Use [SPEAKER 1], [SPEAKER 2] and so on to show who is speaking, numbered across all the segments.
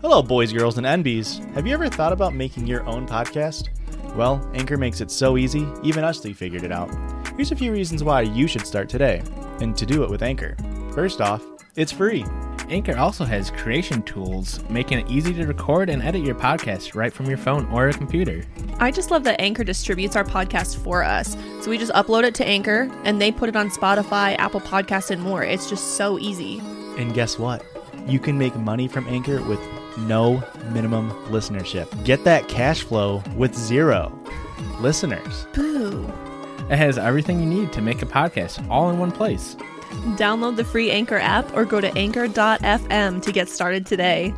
[SPEAKER 1] Hello, boys, girls, and NBs. Have you ever thought about making your own podcast? Well, Anchor makes it so easy, even us three figured it out. Here's a few reasons why you should start today, and to do it with Anchor. First off, it's free.
[SPEAKER 2] Anchor also has creation tools, making it easy to record and edit your podcast right from your phone or a computer.
[SPEAKER 3] I just love that Anchor distributes our podcast for us. So we just upload it to Anchor and they put it on Spotify, Apple Podcasts, and more. It's just so easy.
[SPEAKER 1] And guess what? You can make money from Anchor with no minimum listenership. Get that cash flow with zero listeners.
[SPEAKER 3] Boo.
[SPEAKER 2] It has everything you need to make a podcast all in one place.
[SPEAKER 3] Download the free Anchor app or go to anchor.fm to get started today.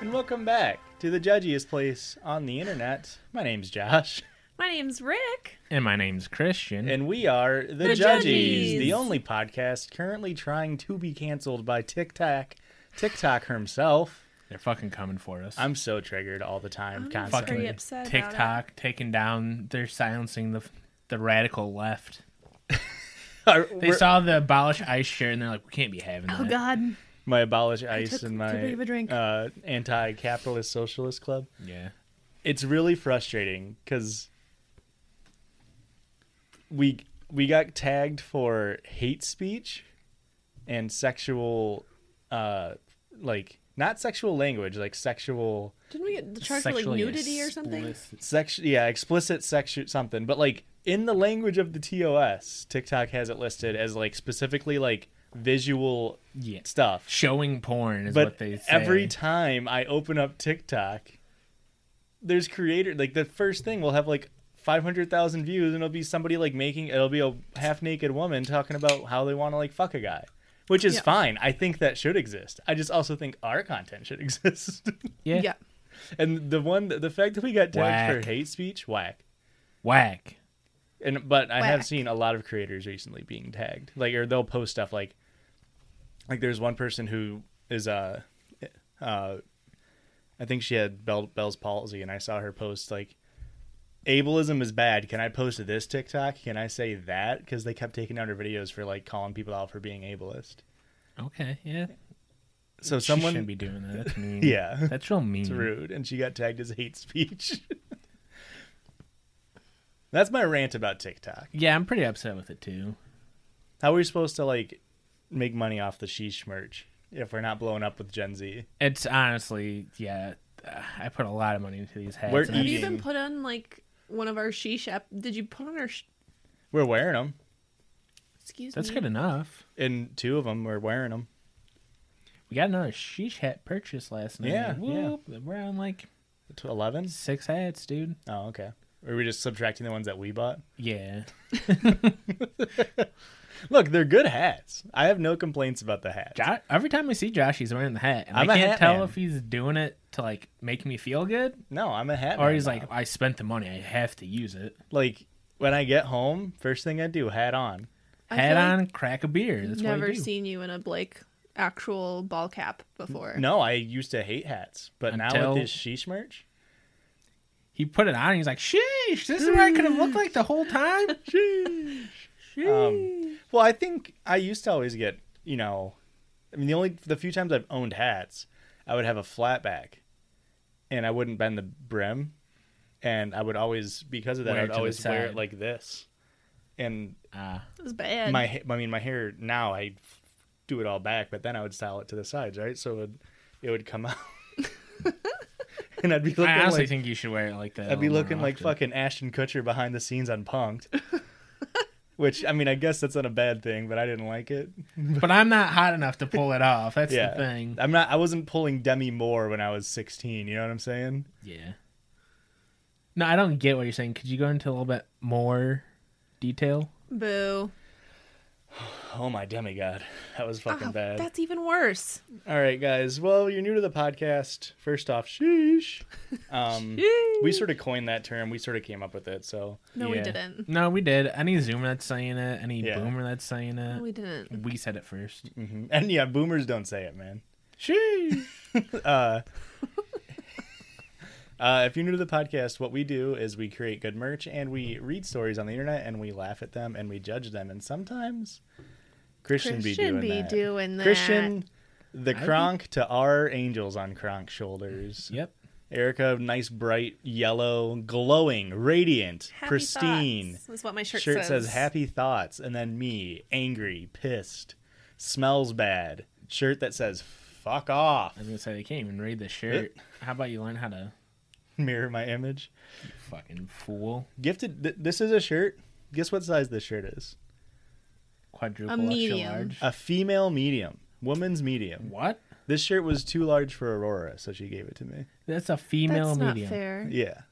[SPEAKER 1] And welcome back to the judgiest place on the internet. My name's Josh,
[SPEAKER 3] My name's Rick.
[SPEAKER 2] And my name's Christian.
[SPEAKER 1] and we are the,
[SPEAKER 3] The
[SPEAKER 1] Judgies,
[SPEAKER 3] Judgies.
[SPEAKER 1] the only podcast currently trying to be canceled by TikTok, TikTok himself.
[SPEAKER 2] they're fucking coming for us.
[SPEAKER 1] I'm so triggered all the time,
[SPEAKER 2] fucking
[SPEAKER 1] constantly.
[SPEAKER 3] pretty upset about it.
[SPEAKER 2] TikTok taking down. They're silencing the the radical left.
[SPEAKER 1] Are-
[SPEAKER 2] They
[SPEAKER 1] we're-
[SPEAKER 2] saw the abolish ice shirt and they're like, we can't be having that.
[SPEAKER 3] Oh, God.
[SPEAKER 1] my abolish ice
[SPEAKER 3] took
[SPEAKER 1] and
[SPEAKER 3] too
[SPEAKER 1] my
[SPEAKER 3] big of a drink.
[SPEAKER 1] Uh, anti-capitalist socialist club.
[SPEAKER 2] Yeah.
[SPEAKER 1] it's really frustrating because we we got tagged for hate speech and sexual uh like not sexual language like sexual
[SPEAKER 3] Didn't we get charged for like
[SPEAKER 2] Sexually
[SPEAKER 3] nudity or something?
[SPEAKER 2] explicit.
[SPEAKER 1] sex yeah explicit sexual something but like in the language of the TOS TikTok has it listed as like specifically like visual
[SPEAKER 2] Yeah.
[SPEAKER 1] stuff
[SPEAKER 2] Showing porn is
[SPEAKER 1] but
[SPEAKER 2] what they say.
[SPEAKER 1] every time I open up TikTok, there's creator like the first thing will have like 500,000 views and it'll be somebody like making it'll be a half naked woman talking about how they want to like fuck a guy, which is
[SPEAKER 3] Yeah.
[SPEAKER 1] fine. I think that should exist. I just also think our content should exist.
[SPEAKER 2] Yeah.
[SPEAKER 3] yeah.
[SPEAKER 1] and the one the fact that we got tagged
[SPEAKER 2] Whack.
[SPEAKER 1] for hate speech, whack.
[SPEAKER 2] Whack.
[SPEAKER 1] And but I have
[SPEAKER 3] Whack.
[SPEAKER 1] seen a lot of creators recently being tagged. Like or they'll post stuff like like there's one person who is uh uh I think she had Bell, Bell's palsy and I saw her post like ableism is bad. Can I post this TikTok? Can I say that? Cuz they kept taking down her videos for like calling people out for being ableist.
[SPEAKER 2] Okay. Yeah.
[SPEAKER 1] So
[SPEAKER 2] Someone
[SPEAKER 1] someone
[SPEAKER 2] shouldn't be doing that. That's mean.
[SPEAKER 1] Yeah.
[SPEAKER 2] That's real mean.
[SPEAKER 1] It's rude, and she got tagged as hate speech. That's my rant about TikTok.
[SPEAKER 2] Yeah, I'm pretty upset with it too.
[SPEAKER 1] How are we supposed to like make money off the sheesh merch if we're not blowing up with Gen Z?
[SPEAKER 2] It's honestly, yeah, uh, I put a lot of money into these hats.
[SPEAKER 1] We're e-
[SPEAKER 3] Have
[SPEAKER 2] and I-
[SPEAKER 1] eating-
[SPEAKER 3] you even put on like one of our she shep? Did you put on our. Sh-
[SPEAKER 1] We're wearing them,
[SPEAKER 3] Excuse
[SPEAKER 2] that's
[SPEAKER 3] me.
[SPEAKER 2] good enough.
[SPEAKER 1] and two of them are wearing them.
[SPEAKER 2] We got another sheesh hat purchase last night.
[SPEAKER 1] Yeah,
[SPEAKER 2] Whoop, We're on like
[SPEAKER 1] Eleven?
[SPEAKER 2] six hats, dude.
[SPEAKER 1] Oh, okay. Are we just subtracting the ones that we bought?
[SPEAKER 2] Yeah.
[SPEAKER 1] Look, they're good hats. I have no complaints about the hats.
[SPEAKER 2] Jo- every time I see Josh, he's wearing the hat. And
[SPEAKER 1] I'm a
[SPEAKER 2] I can't
[SPEAKER 1] hat
[SPEAKER 2] tell
[SPEAKER 1] man.
[SPEAKER 2] if he's doing it to like make me feel good
[SPEAKER 1] No, I'm a hat.
[SPEAKER 2] or
[SPEAKER 1] man
[SPEAKER 2] he's
[SPEAKER 1] now.
[SPEAKER 2] like, I spent the money. I have to use it.
[SPEAKER 1] like when I get home, first thing I do, hat on.
[SPEAKER 3] I
[SPEAKER 2] hat
[SPEAKER 3] feel like
[SPEAKER 2] on, crack a beer. That's what I
[SPEAKER 3] Never
[SPEAKER 2] do.
[SPEAKER 3] seen you in a Blake actual ball cap before.
[SPEAKER 1] No, I used to hate hats, but now
[SPEAKER 2] Until-
[SPEAKER 1] with this sheesh merch,
[SPEAKER 2] He put it on and he's like, sheesh, this is what I could have looked like the whole time. sheesh.
[SPEAKER 1] Um, well, I think I used to always get, you know, I mean, the only the few times I've owned hats, I would have a flat back, and I wouldn't bend the brim, and I would always because of that
[SPEAKER 2] Wear
[SPEAKER 1] I
[SPEAKER 2] it
[SPEAKER 1] would
[SPEAKER 2] to the
[SPEAKER 1] always wear it
[SPEAKER 2] side.
[SPEAKER 1] like this, and
[SPEAKER 2] Ah.
[SPEAKER 3] It was bad.
[SPEAKER 1] my ha- I mean my hair now I do it all back, but then I would style it to the sides, right? So it would, it would come out. and I'd be looking
[SPEAKER 2] I honestly
[SPEAKER 1] like
[SPEAKER 2] think you should wear it like that.
[SPEAKER 1] I'd be looking like
[SPEAKER 2] fucking.
[SPEAKER 1] fucking Ashton Kutcher behind the scenes on Punked. Which I mean, I guess that's not a bad thing, but I didn't like it.
[SPEAKER 2] But I'm not hot enough to pull it off. That's
[SPEAKER 1] yeah,
[SPEAKER 2] the thing.
[SPEAKER 1] I'm not. I wasn't pulling Demi Moore when I was 16. You know what I'm saying?
[SPEAKER 2] Yeah. No, I don't get what you're saying. Could you go into a little bit more detail?
[SPEAKER 3] Boo.
[SPEAKER 1] Oh my demigod, that was fucking
[SPEAKER 3] Oh,
[SPEAKER 1] bad.
[SPEAKER 3] That's even worse.
[SPEAKER 1] All right, guys. Well, you're new to the podcast. First off, sheesh. Um, We sort of coined that term. We sort of came up with it. So
[SPEAKER 3] No, we
[SPEAKER 2] Yeah.
[SPEAKER 3] didn't.
[SPEAKER 2] No, we did. Any Zoomer that's saying it, any
[SPEAKER 1] Yeah.
[SPEAKER 2] Boomer that's saying it,
[SPEAKER 3] No, we
[SPEAKER 1] Mm.
[SPEAKER 3] didn't.
[SPEAKER 2] we said it first.
[SPEAKER 1] Mhm. and yeah, boomers don't say it, man.
[SPEAKER 2] Sheesh.
[SPEAKER 1] Uh, if you're new to the podcast, what we do is we create good merch and we read stories on the internet and we laugh at them and we judge them. And sometimes Christian,
[SPEAKER 3] Christian
[SPEAKER 1] be doing
[SPEAKER 3] be
[SPEAKER 1] that.
[SPEAKER 3] doing that.
[SPEAKER 1] Christian, the Kronk to our angels on Kronk shoulders.
[SPEAKER 2] Yep.
[SPEAKER 1] Erica, nice, bright, yellow, glowing, radiant,
[SPEAKER 3] Happy
[SPEAKER 1] pristine.
[SPEAKER 3] thoughts is what my shirt,
[SPEAKER 1] Shirt, says. happy thoughts. And then me, angry, pissed, smells bad. Shirt that says fuck off.
[SPEAKER 2] I was gonna say they can't even read the shirt. How about you learn how to
[SPEAKER 1] Mirror my image.
[SPEAKER 2] fucking fool
[SPEAKER 1] Gifted. Th- this is a shirt. Guess what size this shirt is?
[SPEAKER 2] quadruple
[SPEAKER 3] A
[SPEAKER 2] extra
[SPEAKER 3] medium.
[SPEAKER 2] large?
[SPEAKER 1] A female medium, woman's medium.
[SPEAKER 2] what?
[SPEAKER 1] This shirt was too large for Aurora, so she gave it to me.
[SPEAKER 2] That's a
[SPEAKER 3] That's
[SPEAKER 2] female
[SPEAKER 3] not
[SPEAKER 2] medium.
[SPEAKER 3] fair.
[SPEAKER 1] Yeah.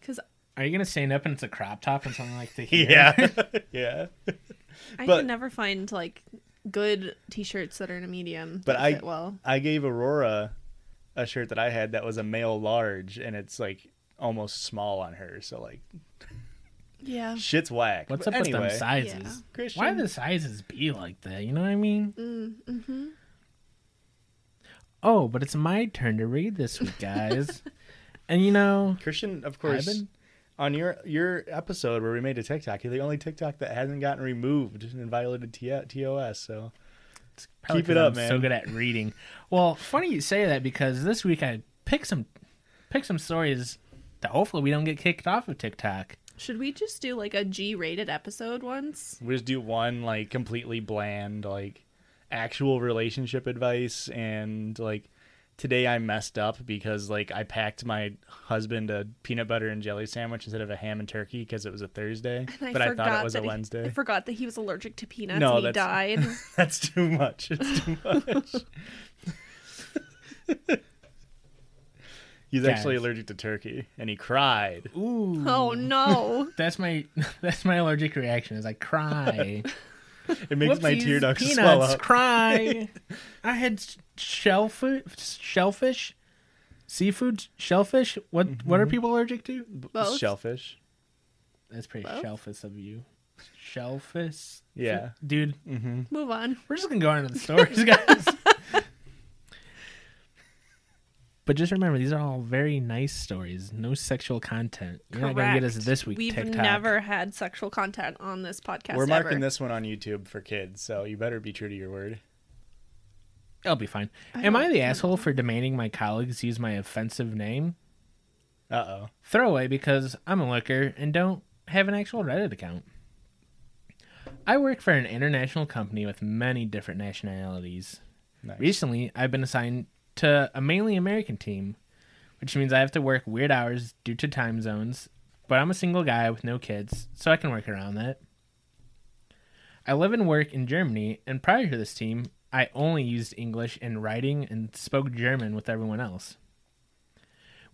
[SPEAKER 3] Because
[SPEAKER 2] Are you gonna stand up and it's a crop top and something like the
[SPEAKER 1] yeah.
[SPEAKER 3] I
[SPEAKER 1] But-
[SPEAKER 3] can never find like good T-shirts that are in a medium.
[SPEAKER 1] But
[SPEAKER 3] that
[SPEAKER 1] I
[SPEAKER 3] fit well.
[SPEAKER 1] I gave Aurora a shirt that I had that was a male large, and it's like almost small on her. So like
[SPEAKER 3] Yeah.
[SPEAKER 1] shit's whack.
[SPEAKER 2] What's
[SPEAKER 1] But
[SPEAKER 2] up
[SPEAKER 1] anyway,
[SPEAKER 2] with them sizes?
[SPEAKER 1] Christian,
[SPEAKER 2] Why the sizes be like that? You know what I mean? Mm, mm-hmm. Oh, but it's my turn to read this week, guys. and you know,
[SPEAKER 1] Christian, of course.
[SPEAKER 2] Ivan?
[SPEAKER 1] On your your episode where we made a TikTok, you're the only TikTok that hasn't gotten removed and violated T- TOS. So
[SPEAKER 2] probably
[SPEAKER 1] Keep it
[SPEAKER 2] 'cause
[SPEAKER 1] up,
[SPEAKER 2] I'm
[SPEAKER 1] man.
[SPEAKER 2] So good at reading. Well, funny you say that because this week I picked some picked some stories that hopefully we don't get kicked off of TikTok.
[SPEAKER 3] Should we just do like a G-rated episode once?
[SPEAKER 1] we just do one like completely bland like actual relationship advice and like today I messed up because like I packed my husband a peanut butter and jelly sandwich instead of a ham and turkey because it was a Thursday,
[SPEAKER 3] And
[SPEAKER 1] but I thought
[SPEAKER 3] forgot
[SPEAKER 1] it was
[SPEAKER 3] that
[SPEAKER 1] a
[SPEAKER 3] he- I
[SPEAKER 1] Wednesday.
[SPEAKER 3] forgot that he was allergic to peanuts
[SPEAKER 1] No,
[SPEAKER 3] and he
[SPEAKER 1] that's-
[SPEAKER 3] died.
[SPEAKER 1] That's too much. It's too much. He's actually
[SPEAKER 2] Guys.
[SPEAKER 1] allergic to turkey and he cried.
[SPEAKER 2] Ooh,
[SPEAKER 3] oh no.
[SPEAKER 2] that's my that's my allergic reaction is I cry.
[SPEAKER 1] It makes my
[SPEAKER 2] Whoopsies,
[SPEAKER 1] tear ducts
[SPEAKER 2] peanuts,
[SPEAKER 1] swell up.
[SPEAKER 2] cry. I had s- shellfish, shellfish, seafood, shellfish. What what
[SPEAKER 1] Mm-hmm.
[SPEAKER 2] are people allergic to?
[SPEAKER 3] Both?
[SPEAKER 1] Shellfish.
[SPEAKER 2] That's pretty
[SPEAKER 3] Both?
[SPEAKER 2] shellfish of you. Shellfish.
[SPEAKER 1] Yeah.
[SPEAKER 2] dude,
[SPEAKER 3] Move on.
[SPEAKER 2] we're just gonna go into the stories, guys. but just remember, these are all very nice stories. No sexual content. You're not gonna get us
[SPEAKER 3] Correct.
[SPEAKER 2] this week.
[SPEAKER 3] We've
[SPEAKER 2] TikTok.
[SPEAKER 3] never had sexual content on this podcast.
[SPEAKER 1] We're marking
[SPEAKER 3] ever.
[SPEAKER 1] this one on YouTube for kids, so you better be true to your word.
[SPEAKER 2] I'll be fine.
[SPEAKER 3] I
[SPEAKER 2] Am
[SPEAKER 3] don't
[SPEAKER 2] I the
[SPEAKER 3] think-
[SPEAKER 2] asshole for demanding my colleagues use my offensive name?
[SPEAKER 1] Uh oh.
[SPEAKER 2] throwaway because I'm a looker and don't have an actual Reddit account. I work for an international company with many different nationalities.
[SPEAKER 1] Nice.
[SPEAKER 2] Recently, I've been assigned to a mainly American team, which means I have to work weird hours due to time zones, but I'm a single guy with no kids, so I can work around that. I live and work in Germany, and prior to this team, I only used English in writing and spoke German with everyone else.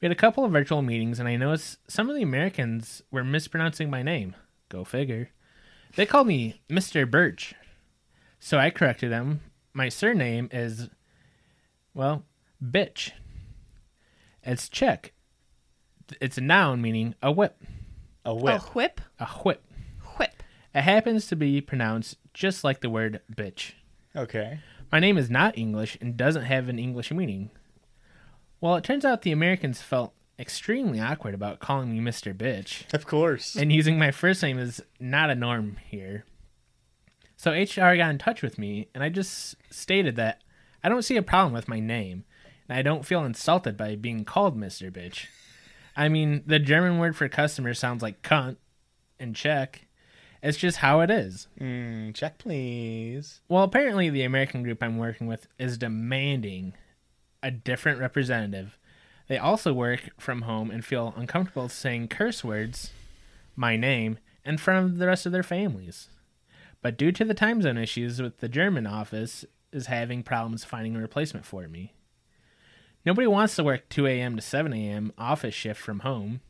[SPEAKER 2] We had a couple of virtual meetings, and I noticed some of the Americans were mispronouncing my name. Go figure. They called me Mr. Birch. So I corrected them. My surname is, well, bitch. It's Czech. It's a noun meaning a whip.
[SPEAKER 1] A
[SPEAKER 3] A
[SPEAKER 1] whip.
[SPEAKER 3] Oh, whip?
[SPEAKER 2] A whip.
[SPEAKER 3] Whip.
[SPEAKER 2] It happens to be pronounced just like the word bitch.
[SPEAKER 1] Okay.
[SPEAKER 2] My name is not English and doesn't have an English meaning. Well, it turns out the Americans felt extremely awkward about calling me Mr. Bitch
[SPEAKER 1] Of course.
[SPEAKER 2] and using my first name is not a norm here. So HR got in touch with me, and I just stated that I don't see a problem with my name, and I don't feel insulted by being called Mr. Bitch. I mean, the German word for customer sounds like cunt in Czech. It's just how it is.
[SPEAKER 1] Mm, check, please.
[SPEAKER 2] Well, apparently the American group I'm working with is demanding a different representative They also work from home and feel uncomfortable saying curse words, my name, in front of the rest of their families. But due to the time zone issues with the German office, is having problems finding a replacement for me. Nobody wants to work 2 a.m. to 7 a.m. office shift from home.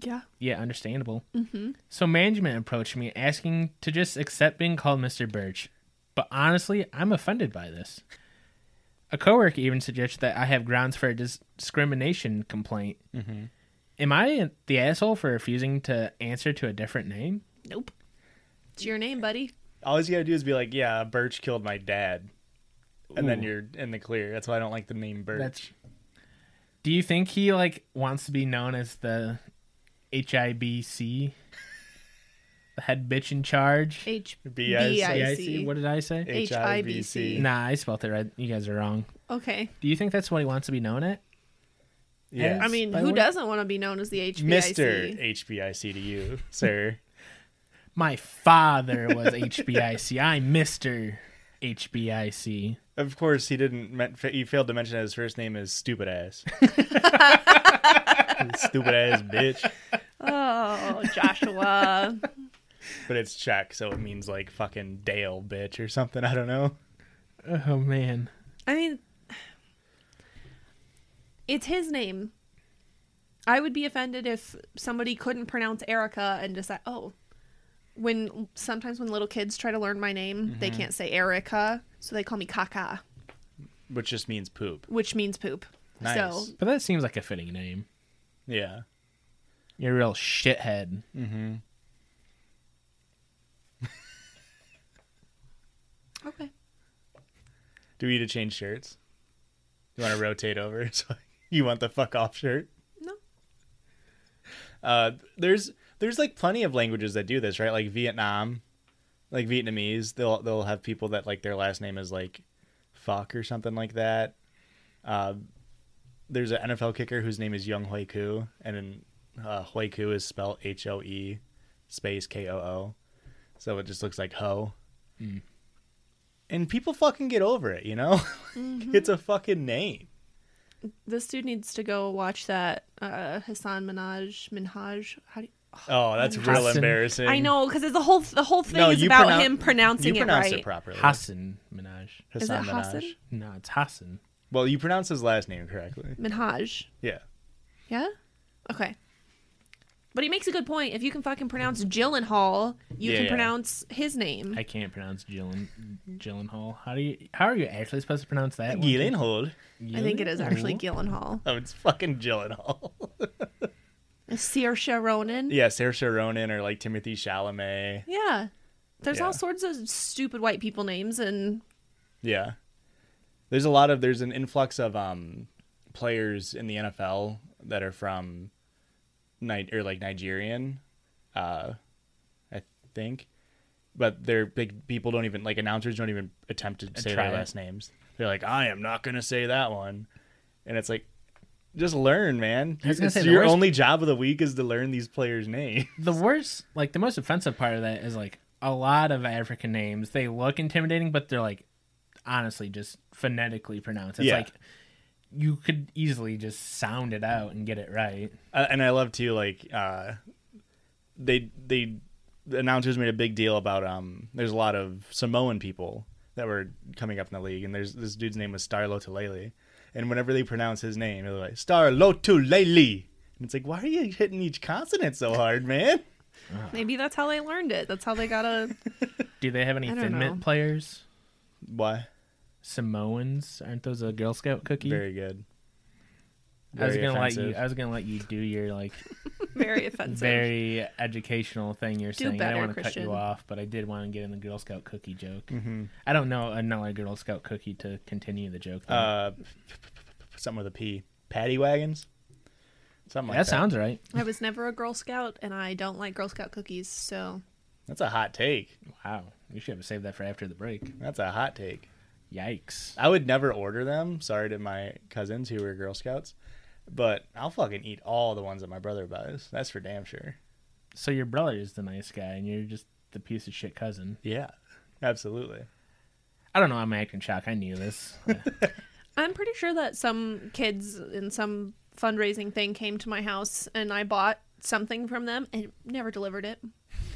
[SPEAKER 3] Yeah.
[SPEAKER 2] Yeah, understandable. Mm-hmm. So management approached me asking to just accept being called Mr. Birch, but honestly, I'm offended by this. A coworker even suggested that I have grounds for a dis- discrimination complaint. Mm-hmm. Am I the asshole for refusing to answer to a different name?
[SPEAKER 3] Nope. It's your name, buddy.
[SPEAKER 1] All you gotta do is be like, yeah, Birch killed my dad, and then
[SPEAKER 2] Ooh.
[SPEAKER 1] you're in the clear. That's why I don't like the name Birch.
[SPEAKER 2] That's. Do you think he like wants to be known as the HIBC, the head bitch in charge?
[SPEAKER 3] H
[SPEAKER 1] B I C.
[SPEAKER 2] HIC? What did I say?
[SPEAKER 3] HIBC.
[SPEAKER 2] Nah, I spelt it right. You guys are wrong.
[SPEAKER 3] Okay.
[SPEAKER 2] Do you think that's what he wants to be known at?
[SPEAKER 1] Yeah.
[SPEAKER 3] I mean,
[SPEAKER 2] By
[SPEAKER 3] who
[SPEAKER 2] what-
[SPEAKER 3] doesn't want to be known as the HBIC?
[SPEAKER 1] Mr. HBIC to you, sir.
[SPEAKER 2] My father was HBIC. I'm Mr. HBIC.
[SPEAKER 1] Of course, he didn't. men- fa- He failed to mention that his first name is stupid ass. stupid ass bitch.
[SPEAKER 3] Oh, Joshua.
[SPEAKER 1] But it's Czech, so it means like fucking Dale bitch or something. I don't know.
[SPEAKER 2] Oh, man.
[SPEAKER 3] I mean, it's his name. I would be offended if somebody couldn't pronounce Erica and decide, oh, when sometimes when little kids try to learn my name, they
[SPEAKER 1] Mm-hmm.
[SPEAKER 3] can't say Erica, so they call me Kaka,
[SPEAKER 1] Which just means poop.
[SPEAKER 3] which means poop. So
[SPEAKER 1] Nice.
[SPEAKER 2] But that seems like a fitting name.
[SPEAKER 1] Yeah.
[SPEAKER 2] You're a real shithead.
[SPEAKER 3] okay,
[SPEAKER 1] Do we need to change shirts? You want to rotate over? So you want the fuck off shirt?
[SPEAKER 3] no,
[SPEAKER 1] Uh, there's there's like plenty of languages that do this, right? Like Vietnam, like Vietnamese, they'll they'll have people that like their last name is like fuck or something like that. Uh, there's an NFL kicker whose name is Young Hoi Koo, and then, uh, Hoi Koo is spelled H O E space K O O, so it just looks like ho. And people fucking get over it, you know.
[SPEAKER 3] Mm-hmm.
[SPEAKER 1] It's a fucking name.
[SPEAKER 3] this dude needs to go watch that uh, Hassan Minaj. Minhaj. How do you,
[SPEAKER 1] Oh, that's real
[SPEAKER 2] Hassan.
[SPEAKER 1] embarrassing.
[SPEAKER 3] I know because the whole the whole thing is
[SPEAKER 1] you
[SPEAKER 3] about
[SPEAKER 1] pronoun-
[SPEAKER 3] him pronouncing
[SPEAKER 1] you
[SPEAKER 3] it
[SPEAKER 1] pronounced
[SPEAKER 3] right.
[SPEAKER 1] it properly.
[SPEAKER 2] Hassan Minaj.
[SPEAKER 3] Is it
[SPEAKER 1] Hassan Minaj.
[SPEAKER 3] Hassan?
[SPEAKER 2] No, it's Hassan.
[SPEAKER 1] Well, you pronounce his last name correctly.
[SPEAKER 3] Minhaj.
[SPEAKER 1] Yeah.
[SPEAKER 3] Yeah? Okay. But he makes a good point. If you can fucking pronounce Gyllenhaal, you
[SPEAKER 1] Yeah,
[SPEAKER 3] can
[SPEAKER 1] yeah.
[SPEAKER 3] pronounce his name.
[SPEAKER 2] I can't pronounce Gillen Gyllenhaal. How do you? How are you actually supposed to pronounce that? one?
[SPEAKER 1] Gyllenhaal.
[SPEAKER 3] I, think it is actually Gyllenhaal.
[SPEAKER 1] Oh, it's fucking Gyllenhaal.
[SPEAKER 3] Saoirse Ronan.
[SPEAKER 1] yeah, Saoirse Ronan or like Timothy Chalamet.
[SPEAKER 3] Yeah. There's
[SPEAKER 1] Yeah.
[SPEAKER 3] all sorts of stupid white people names, and
[SPEAKER 1] Yeah. There's a lot of there's an influx of um players in the NFL that are from Ni- or like Nigerian, uh I think. But they're big people don't even like announcers don't even attempt to say
[SPEAKER 2] try
[SPEAKER 1] their
[SPEAKER 2] it.
[SPEAKER 1] last names. They're like, I am not gonna say that one. And it's like just learn, man.
[SPEAKER 2] I was gonna
[SPEAKER 1] It's
[SPEAKER 2] say, the
[SPEAKER 1] your
[SPEAKER 2] worst-
[SPEAKER 1] only job of the week is to learn these players' names.
[SPEAKER 2] The worst, like the most offensive part of that is like a lot of African names. They look intimidating, but they're like honestly just phonetically pronounced. It's
[SPEAKER 1] Yeah.
[SPEAKER 2] like you could easily just sound it out and get it right.
[SPEAKER 1] Uh, and I love too, like uh, they they the announcers made a big deal about um. There's a lot of Samoan people that were coming up in the league, and there's this dude's name was Star Lotulele, and whenever they pronounce his name, they're like Star Lotulele, and it's like, why are you hitting each consonant so hard, man?
[SPEAKER 3] maybe that's how they learned it. That's how they got a.
[SPEAKER 2] Do they have any
[SPEAKER 3] I don't
[SPEAKER 2] thin mint
[SPEAKER 3] know.
[SPEAKER 2] players?
[SPEAKER 1] Why?
[SPEAKER 2] Samoans aren't those a Girl Scout cookie?
[SPEAKER 1] Very good.
[SPEAKER 2] I was
[SPEAKER 1] Very
[SPEAKER 2] gonna let
[SPEAKER 1] offensive.
[SPEAKER 2] you. I was gonna let you do your like
[SPEAKER 3] very offensive.
[SPEAKER 2] very educational thing you're
[SPEAKER 3] Do
[SPEAKER 2] saying. I
[SPEAKER 3] better,
[SPEAKER 2] don't want to cut
[SPEAKER 3] Christian.
[SPEAKER 2] you off, but I did want to get in the Girl Scout cookie joke.
[SPEAKER 1] Mm-hmm.
[SPEAKER 2] I don't know another Girl Scout cookie to continue the joke. though.
[SPEAKER 1] Uh, p- p- p- p- something with a P. Paddy wagons. Something like
[SPEAKER 2] that
[SPEAKER 1] that.
[SPEAKER 2] sounds right.
[SPEAKER 3] I was never a Girl Scout, and I don't like Girl Scout cookies, so
[SPEAKER 1] That's a hot take.
[SPEAKER 2] Wow, you should have saved that for after the break.
[SPEAKER 1] That's a hot take.
[SPEAKER 2] Yikes!
[SPEAKER 1] I would never order them. Sorry to my cousins who were Girl Scouts, but I'll fucking eat all the ones that my brother buys. That's for damn sure.
[SPEAKER 2] So your brother is the nice guy, and you're just the piece of shit cousin.
[SPEAKER 1] Yeah, absolutely.
[SPEAKER 2] I don't know. I'm acting shocked. I knew this.
[SPEAKER 3] I'm pretty sure that some kids in some fundraising thing came to my house and I bought something from them and never delivered it.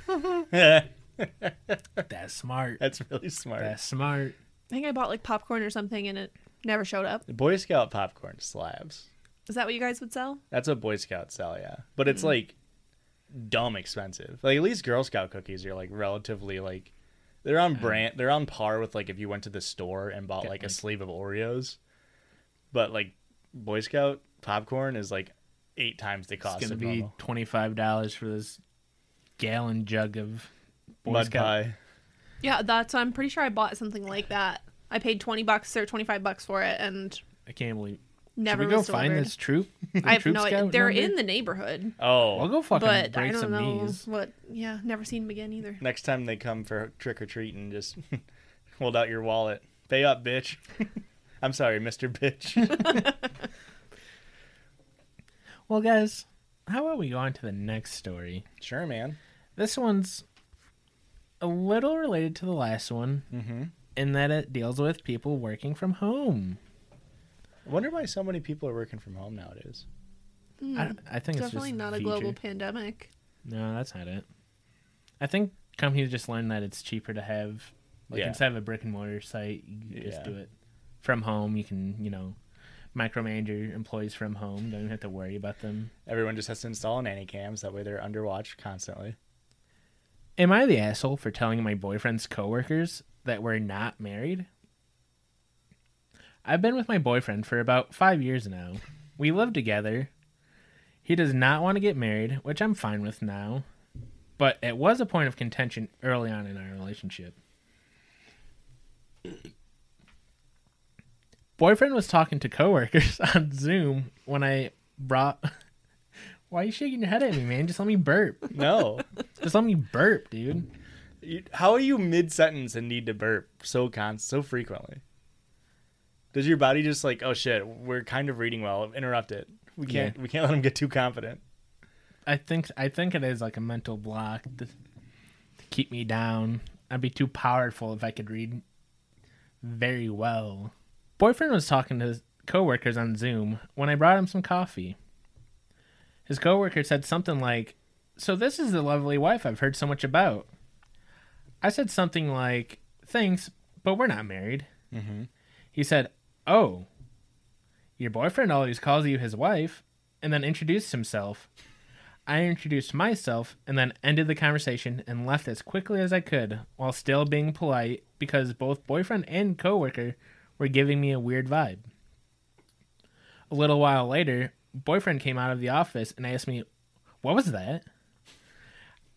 [SPEAKER 2] That's smart.
[SPEAKER 1] That's really smart.
[SPEAKER 2] That's smart.
[SPEAKER 3] I think I bought like popcorn or something and it never showed up.
[SPEAKER 1] Boy Scout popcorn slabs.
[SPEAKER 3] Is that what you guys would sell?
[SPEAKER 1] That's what Boy Scouts sell, yeah. But
[SPEAKER 2] Mm-hmm.
[SPEAKER 1] it's like dumb expensive. Like at least Girl Scout cookies are like relatively like they're
[SPEAKER 2] Mm-hmm.
[SPEAKER 1] on brand. They're on par with like if you went to the store and bought
[SPEAKER 2] Get,
[SPEAKER 1] like a
[SPEAKER 2] like-
[SPEAKER 1] sleeve of Oreos. But like Boy Scout popcorn is like eight times the cost
[SPEAKER 2] it's
[SPEAKER 1] of
[SPEAKER 2] gonna be
[SPEAKER 1] normal.
[SPEAKER 2] twenty five dollars for this gallon jug of Boy
[SPEAKER 1] mud
[SPEAKER 2] Scout.
[SPEAKER 1] pie.
[SPEAKER 3] Yeah, that's I'm pretty sure I bought something like that. I paid 20 bucks or 25 bucks for it and
[SPEAKER 2] I can't believe.
[SPEAKER 3] never
[SPEAKER 2] Should we go
[SPEAKER 3] was
[SPEAKER 2] find
[SPEAKER 3] delivered.
[SPEAKER 2] this troop? The
[SPEAKER 3] I have
[SPEAKER 2] troop
[SPEAKER 3] no idea.
[SPEAKER 2] scout
[SPEAKER 3] They're
[SPEAKER 2] number?
[SPEAKER 3] in the neighborhood,
[SPEAKER 1] Oh,
[SPEAKER 2] I'll go fucking
[SPEAKER 3] but I
[SPEAKER 2] break
[SPEAKER 3] don't
[SPEAKER 2] some
[SPEAKER 3] know
[SPEAKER 2] knees.
[SPEAKER 3] what. Yeah, never seen them again either.
[SPEAKER 1] next time they come for trick or treating, just hold out your wallet. Pay up, bitch. I'm sorry, Mister Bitch.
[SPEAKER 2] Well, guys, how about we go on to the next story?
[SPEAKER 1] sure, man.
[SPEAKER 2] This one's a little related to the last one
[SPEAKER 1] Mhm.
[SPEAKER 2] in that it deals with people working from home.
[SPEAKER 1] I wonder why so many people are working from home nowadays.
[SPEAKER 2] I, don't- I think
[SPEAKER 3] Hmm. Definitely
[SPEAKER 2] it's just
[SPEAKER 3] not a
[SPEAKER 2] feature.
[SPEAKER 3] global pandemic.
[SPEAKER 2] No, that's not it. I think companies just learned that it's cheaper to have like
[SPEAKER 1] Yeah.
[SPEAKER 2] instead of a brick and mortar site, you just
[SPEAKER 1] Yeah.
[SPEAKER 2] do it from home. You can you know micromanage your employees from home. Don't even have to worry about them.
[SPEAKER 1] Everyone just has to install nanny cams. That way they're under watch constantly.
[SPEAKER 2] Am I the asshole for telling my boyfriend's coworkers that we're not married? I've been with my boyfriend for about five years now. We live together. He does not want to get married, which I'm fine with now, but it was a point of contention early on in our relationship. Boyfriend was talking to coworkers on Zoom when I brought. Why are you shaking your head at me, man? Just let me burp.
[SPEAKER 1] No.
[SPEAKER 2] Just let me burp, dude.
[SPEAKER 1] You- How are you mid sentence and need to burp so con so frequently? Does your body just like, oh shit, we're kind of reading well, interrupt it. We can't we can't let him get too confident.
[SPEAKER 2] I think I think it is like a mental block to, to keep me down. I'd be too powerful if I could read very well. Boyfriend was talking to his coworkers on Zoom when I brought him some coffee. His coworker said something like, "So this is the lovely wife I've heard so much about." I said something like, "Thanks, but we're not married." Mm-hmm. He said, "Oh, your boyfriend always calls you his wife," and then introduced himself. I introduced myself and then ended the conversation and left as quickly as I could while still being polite because both boyfriend and coworker were giving me a weird vibe. A little while later, boyfriend came out of the office and asked me, "What was that?"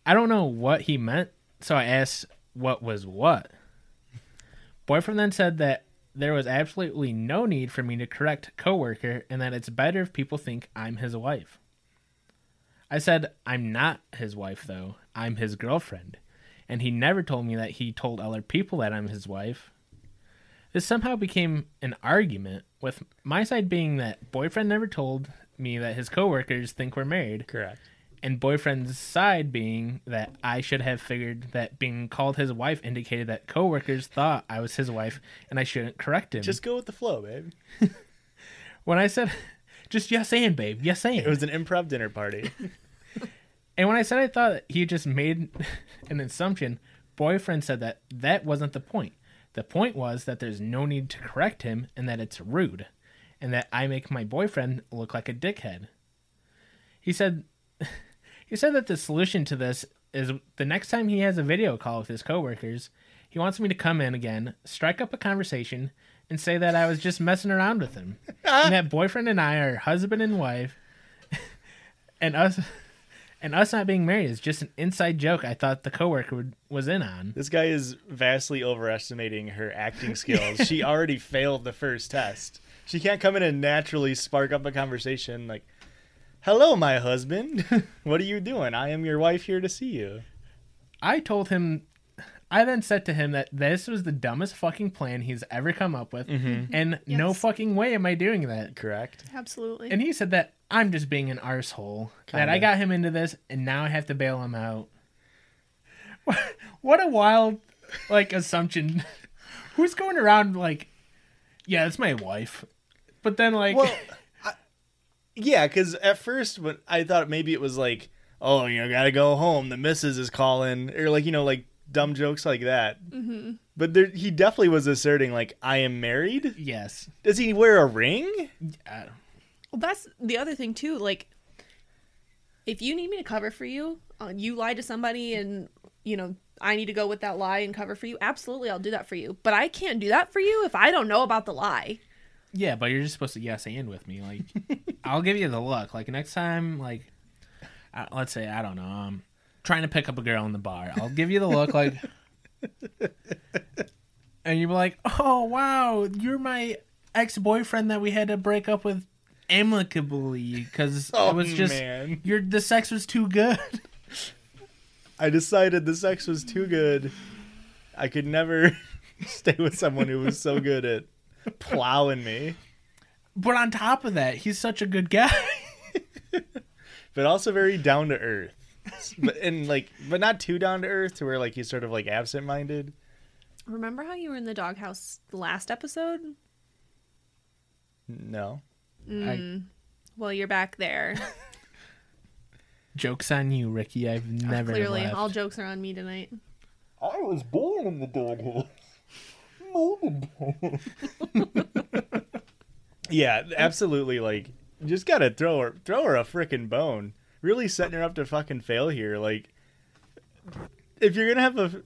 [SPEAKER 2] I don't know what he meant, so I asked what was what. Boyfriend then said that there was absolutely no need for me to correct coworker and that it's better if people think I'm his wife. I said, I'm not his wife, though. I'm his girlfriend. And he never told me that he told other people that I'm his wife. This somehow became an argument, with my side being that boyfriend never told me that his coworkers think we're married,
[SPEAKER 1] Correct.
[SPEAKER 2] and boyfriend's side being that I should have figured that being called his wife indicated that coworkers thought I was his wife and I shouldn't correct him.
[SPEAKER 1] Just go with the flow, babe.
[SPEAKER 2] when I said, just yes and babe, yes and.
[SPEAKER 1] It was an improv dinner party.
[SPEAKER 2] And when I said I thought he just made an assumption, boyfriend said that that wasn't the point. The point was that there's no need to correct him and that it's rude and that I make my boyfriend look like a dickhead. He said he said that the solution to this is the next time he has a video call with his coworkers, he wants me to come in again, strike up a conversation, and say that I was just messing around with him. and that boyfriend and I are husband and wife and us and us not being married is just an inside joke I thought the coworker would, was in on.
[SPEAKER 1] this guy is vastly overestimating her acting skills. she already failed the first test. She can't come in and naturally spark up a conversation like, "Hello, my husband. what are you doing? I am your wife here to see you."
[SPEAKER 2] I told him, I then said to him that this was the dumbest fucking plan he's ever come up with,
[SPEAKER 1] Mm-hmm.
[SPEAKER 2] and no
[SPEAKER 3] Yes.
[SPEAKER 2] fucking way am I doing that.
[SPEAKER 1] Correct.
[SPEAKER 3] Absolutely.
[SPEAKER 2] And he said that I'm just being an arsehole, that I
[SPEAKER 1] Kinda.
[SPEAKER 2] got him into this, and now I have to bail him out. what a wild, like, assumption. Who's going around, like, yeah, that's my wife. But then like
[SPEAKER 1] Well, I, yeah, because at first when I thought maybe it was like, oh, you know, gotta go home. The missus is calling, or like you know, like dumb jokes like that. Mm-hmm. But there, he definitely was asserting like, I am married.
[SPEAKER 2] yes.
[SPEAKER 1] Does he wear a ring?
[SPEAKER 2] I don't-
[SPEAKER 3] Well, that's the other thing too. Like, if you need me to cover for you, uh, you lie to somebody, and you know I need to go with that lie and cover for you. Absolutely, I'll do that for you. But I can't do that for you if I don't know about the lie.
[SPEAKER 2] Yeah, but you're just supposed to yes and with me. Like, I'll give you the look. Like next time, like, I, let's say I don't know, I'm trying to pick up a girl in the bar. I'll give you the look, like, and you'll be like, "Oh wow, you're my ex-boyfriend that we had to break up with amicably because
[SPEAKER 1] Oh,
[SPEAKER 2] it was just
[SPEAKER 1] man.
[SPEAKER 2] your the sex was too good."
[SPEAKER 1] I decided the sex was too good. I could never stay with someone who was so good at plowing me,
[SPEAKER 2] but on top of that, he's such a good guy.
[SPEAKER 1] but also very down to earth. But, and like, but not too down to earth to where like he's sort of like absent minded.
[SPEAKER 3] Remember how you were in the doghouse the last episode?
[SPEAKER 1] No.
[SPEAKER 2] I,
[SPEAKER 3] Well, you're back there.
[SPEAKER 2] jokes on you, Ricky. I've never
[SPEAKER 3] Clearly,
[SPEAKER 2] left.
[SPEAKER 3] all jokes are on me tonight.
[SPEAKER 1] I was born in the doghouse. yeah, absolutely. Like, you just gotta throw her, throw her a freaking bone. Really setting her up to fucking fail here. Like, if you're gonna have a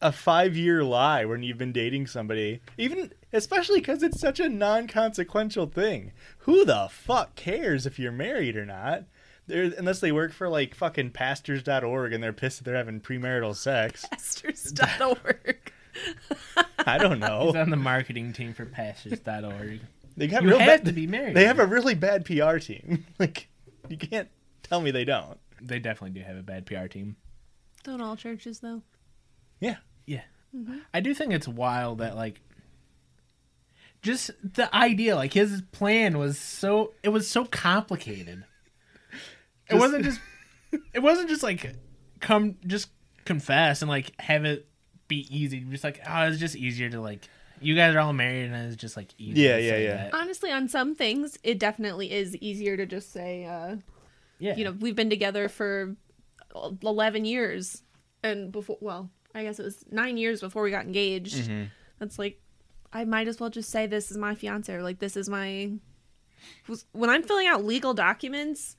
[SPEAKER 1] a five year lie when you've been dating somebody, even especially because it's such a non consequential thing. Who the fuck cares if you're married or not? They're, unless they work for like fucking pastors.org and they're pissed that they're having premarital sex.
[SPEAKER 3] Esther's.org.
[SPEAKER 1] I don't
[SPEAKER 2] He's
[SPEAKER 1] know.
[SPEAKER 2] on the marketing team for pastures.org.
[SPEAKER 1] They have
[SPEAKER 2] You
[SPEAKER 1] real
[SPEAKER 2] had
[SPEAKER 1] bad-
[SPEAKER 2] to be married.
[SPEAKER 1] They have a really bad PR team. Like you can't tell me they don't.
[SPEAKER 2] They definitely do have a bad PR team.
[SPEAKER 3] Don't all churches though?
[SPEAKER 1] Yeah.
[SPEAKER 2] Yeah.
[SPEAKER 3] Mm-hmm.
[SPEAKER 2] I do think it's wild that like just the idea, like his plan was so it was so complicated. it
[SPEAKER 1] Just-
[SPEAKER 2] wasn't just it wasn't just like come just confess and like have it be easy. Just like oh it's just easier to like you guys are all married and it's just like easy.
[SPEAKER 1] Yeah,
[SPEAKER 2] to
[SPEAKER 1] yeah,
[SPEAKER 2] say
[SPEAKER 1] yeah.
[SPEAKER 2] that.
[SPEAKER 3] Honestly, on some things, it definitely is easier to just say, uh,
[SPEAKER 2] Yeah.
[SPEAKER 3] you know, we've been together for 11 years. And before, well, I guess it was nine years before we got engaged.
[SPEAKER 1] Mm-hmm.
[SPEAKER 3] That's like, I might as well just say, this is my fiance, or like, this is my. was- When I'm filling out legal documents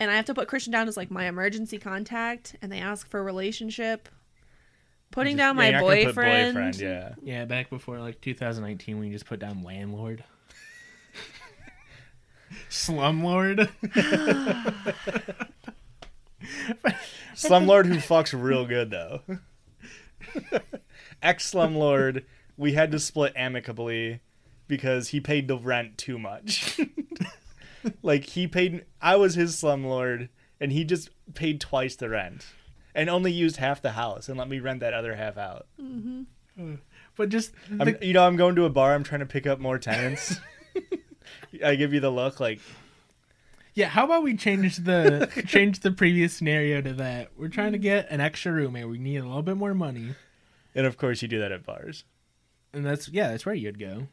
[SPEAKER 3] and I have to put Christian down as like my emergency contact and they ask for a relationship, putting down
[SPEAKER 1] Yeah,
[SPEAKER 3] my
[SPEAKER 1] you're not gonna
[SPEAKER 3] boyfriend.
[SPEAKER 1] put boyfriend. Yeah.
[SPEAKER 2] Yeah, back before like 2019, when you just put down landlord, slumlord.
[SPEAKER 1] Slumlord who fucks real good though. Ex slumlord, we had to split amicably because he paid the rent too much. like he paid I was his slumlord and he just paid twice the rent and only used half the house and let me rent that other half out.
[SPEAKER 2] But just
[SPEAKER 1] I'm, you know, I'm going to a bar. I'm trying to pick up more tenants. I give you the look, like
[SPEAKER 2] yeah, how about we change the change the previous scenario to that? We're trying to get an extra roommate. We need a little bit more money,
[SPEAKER 1] and of course you do that at bars.
[SPEAKER 2] and that's yeah, that's where you'd go. Mm-hmm.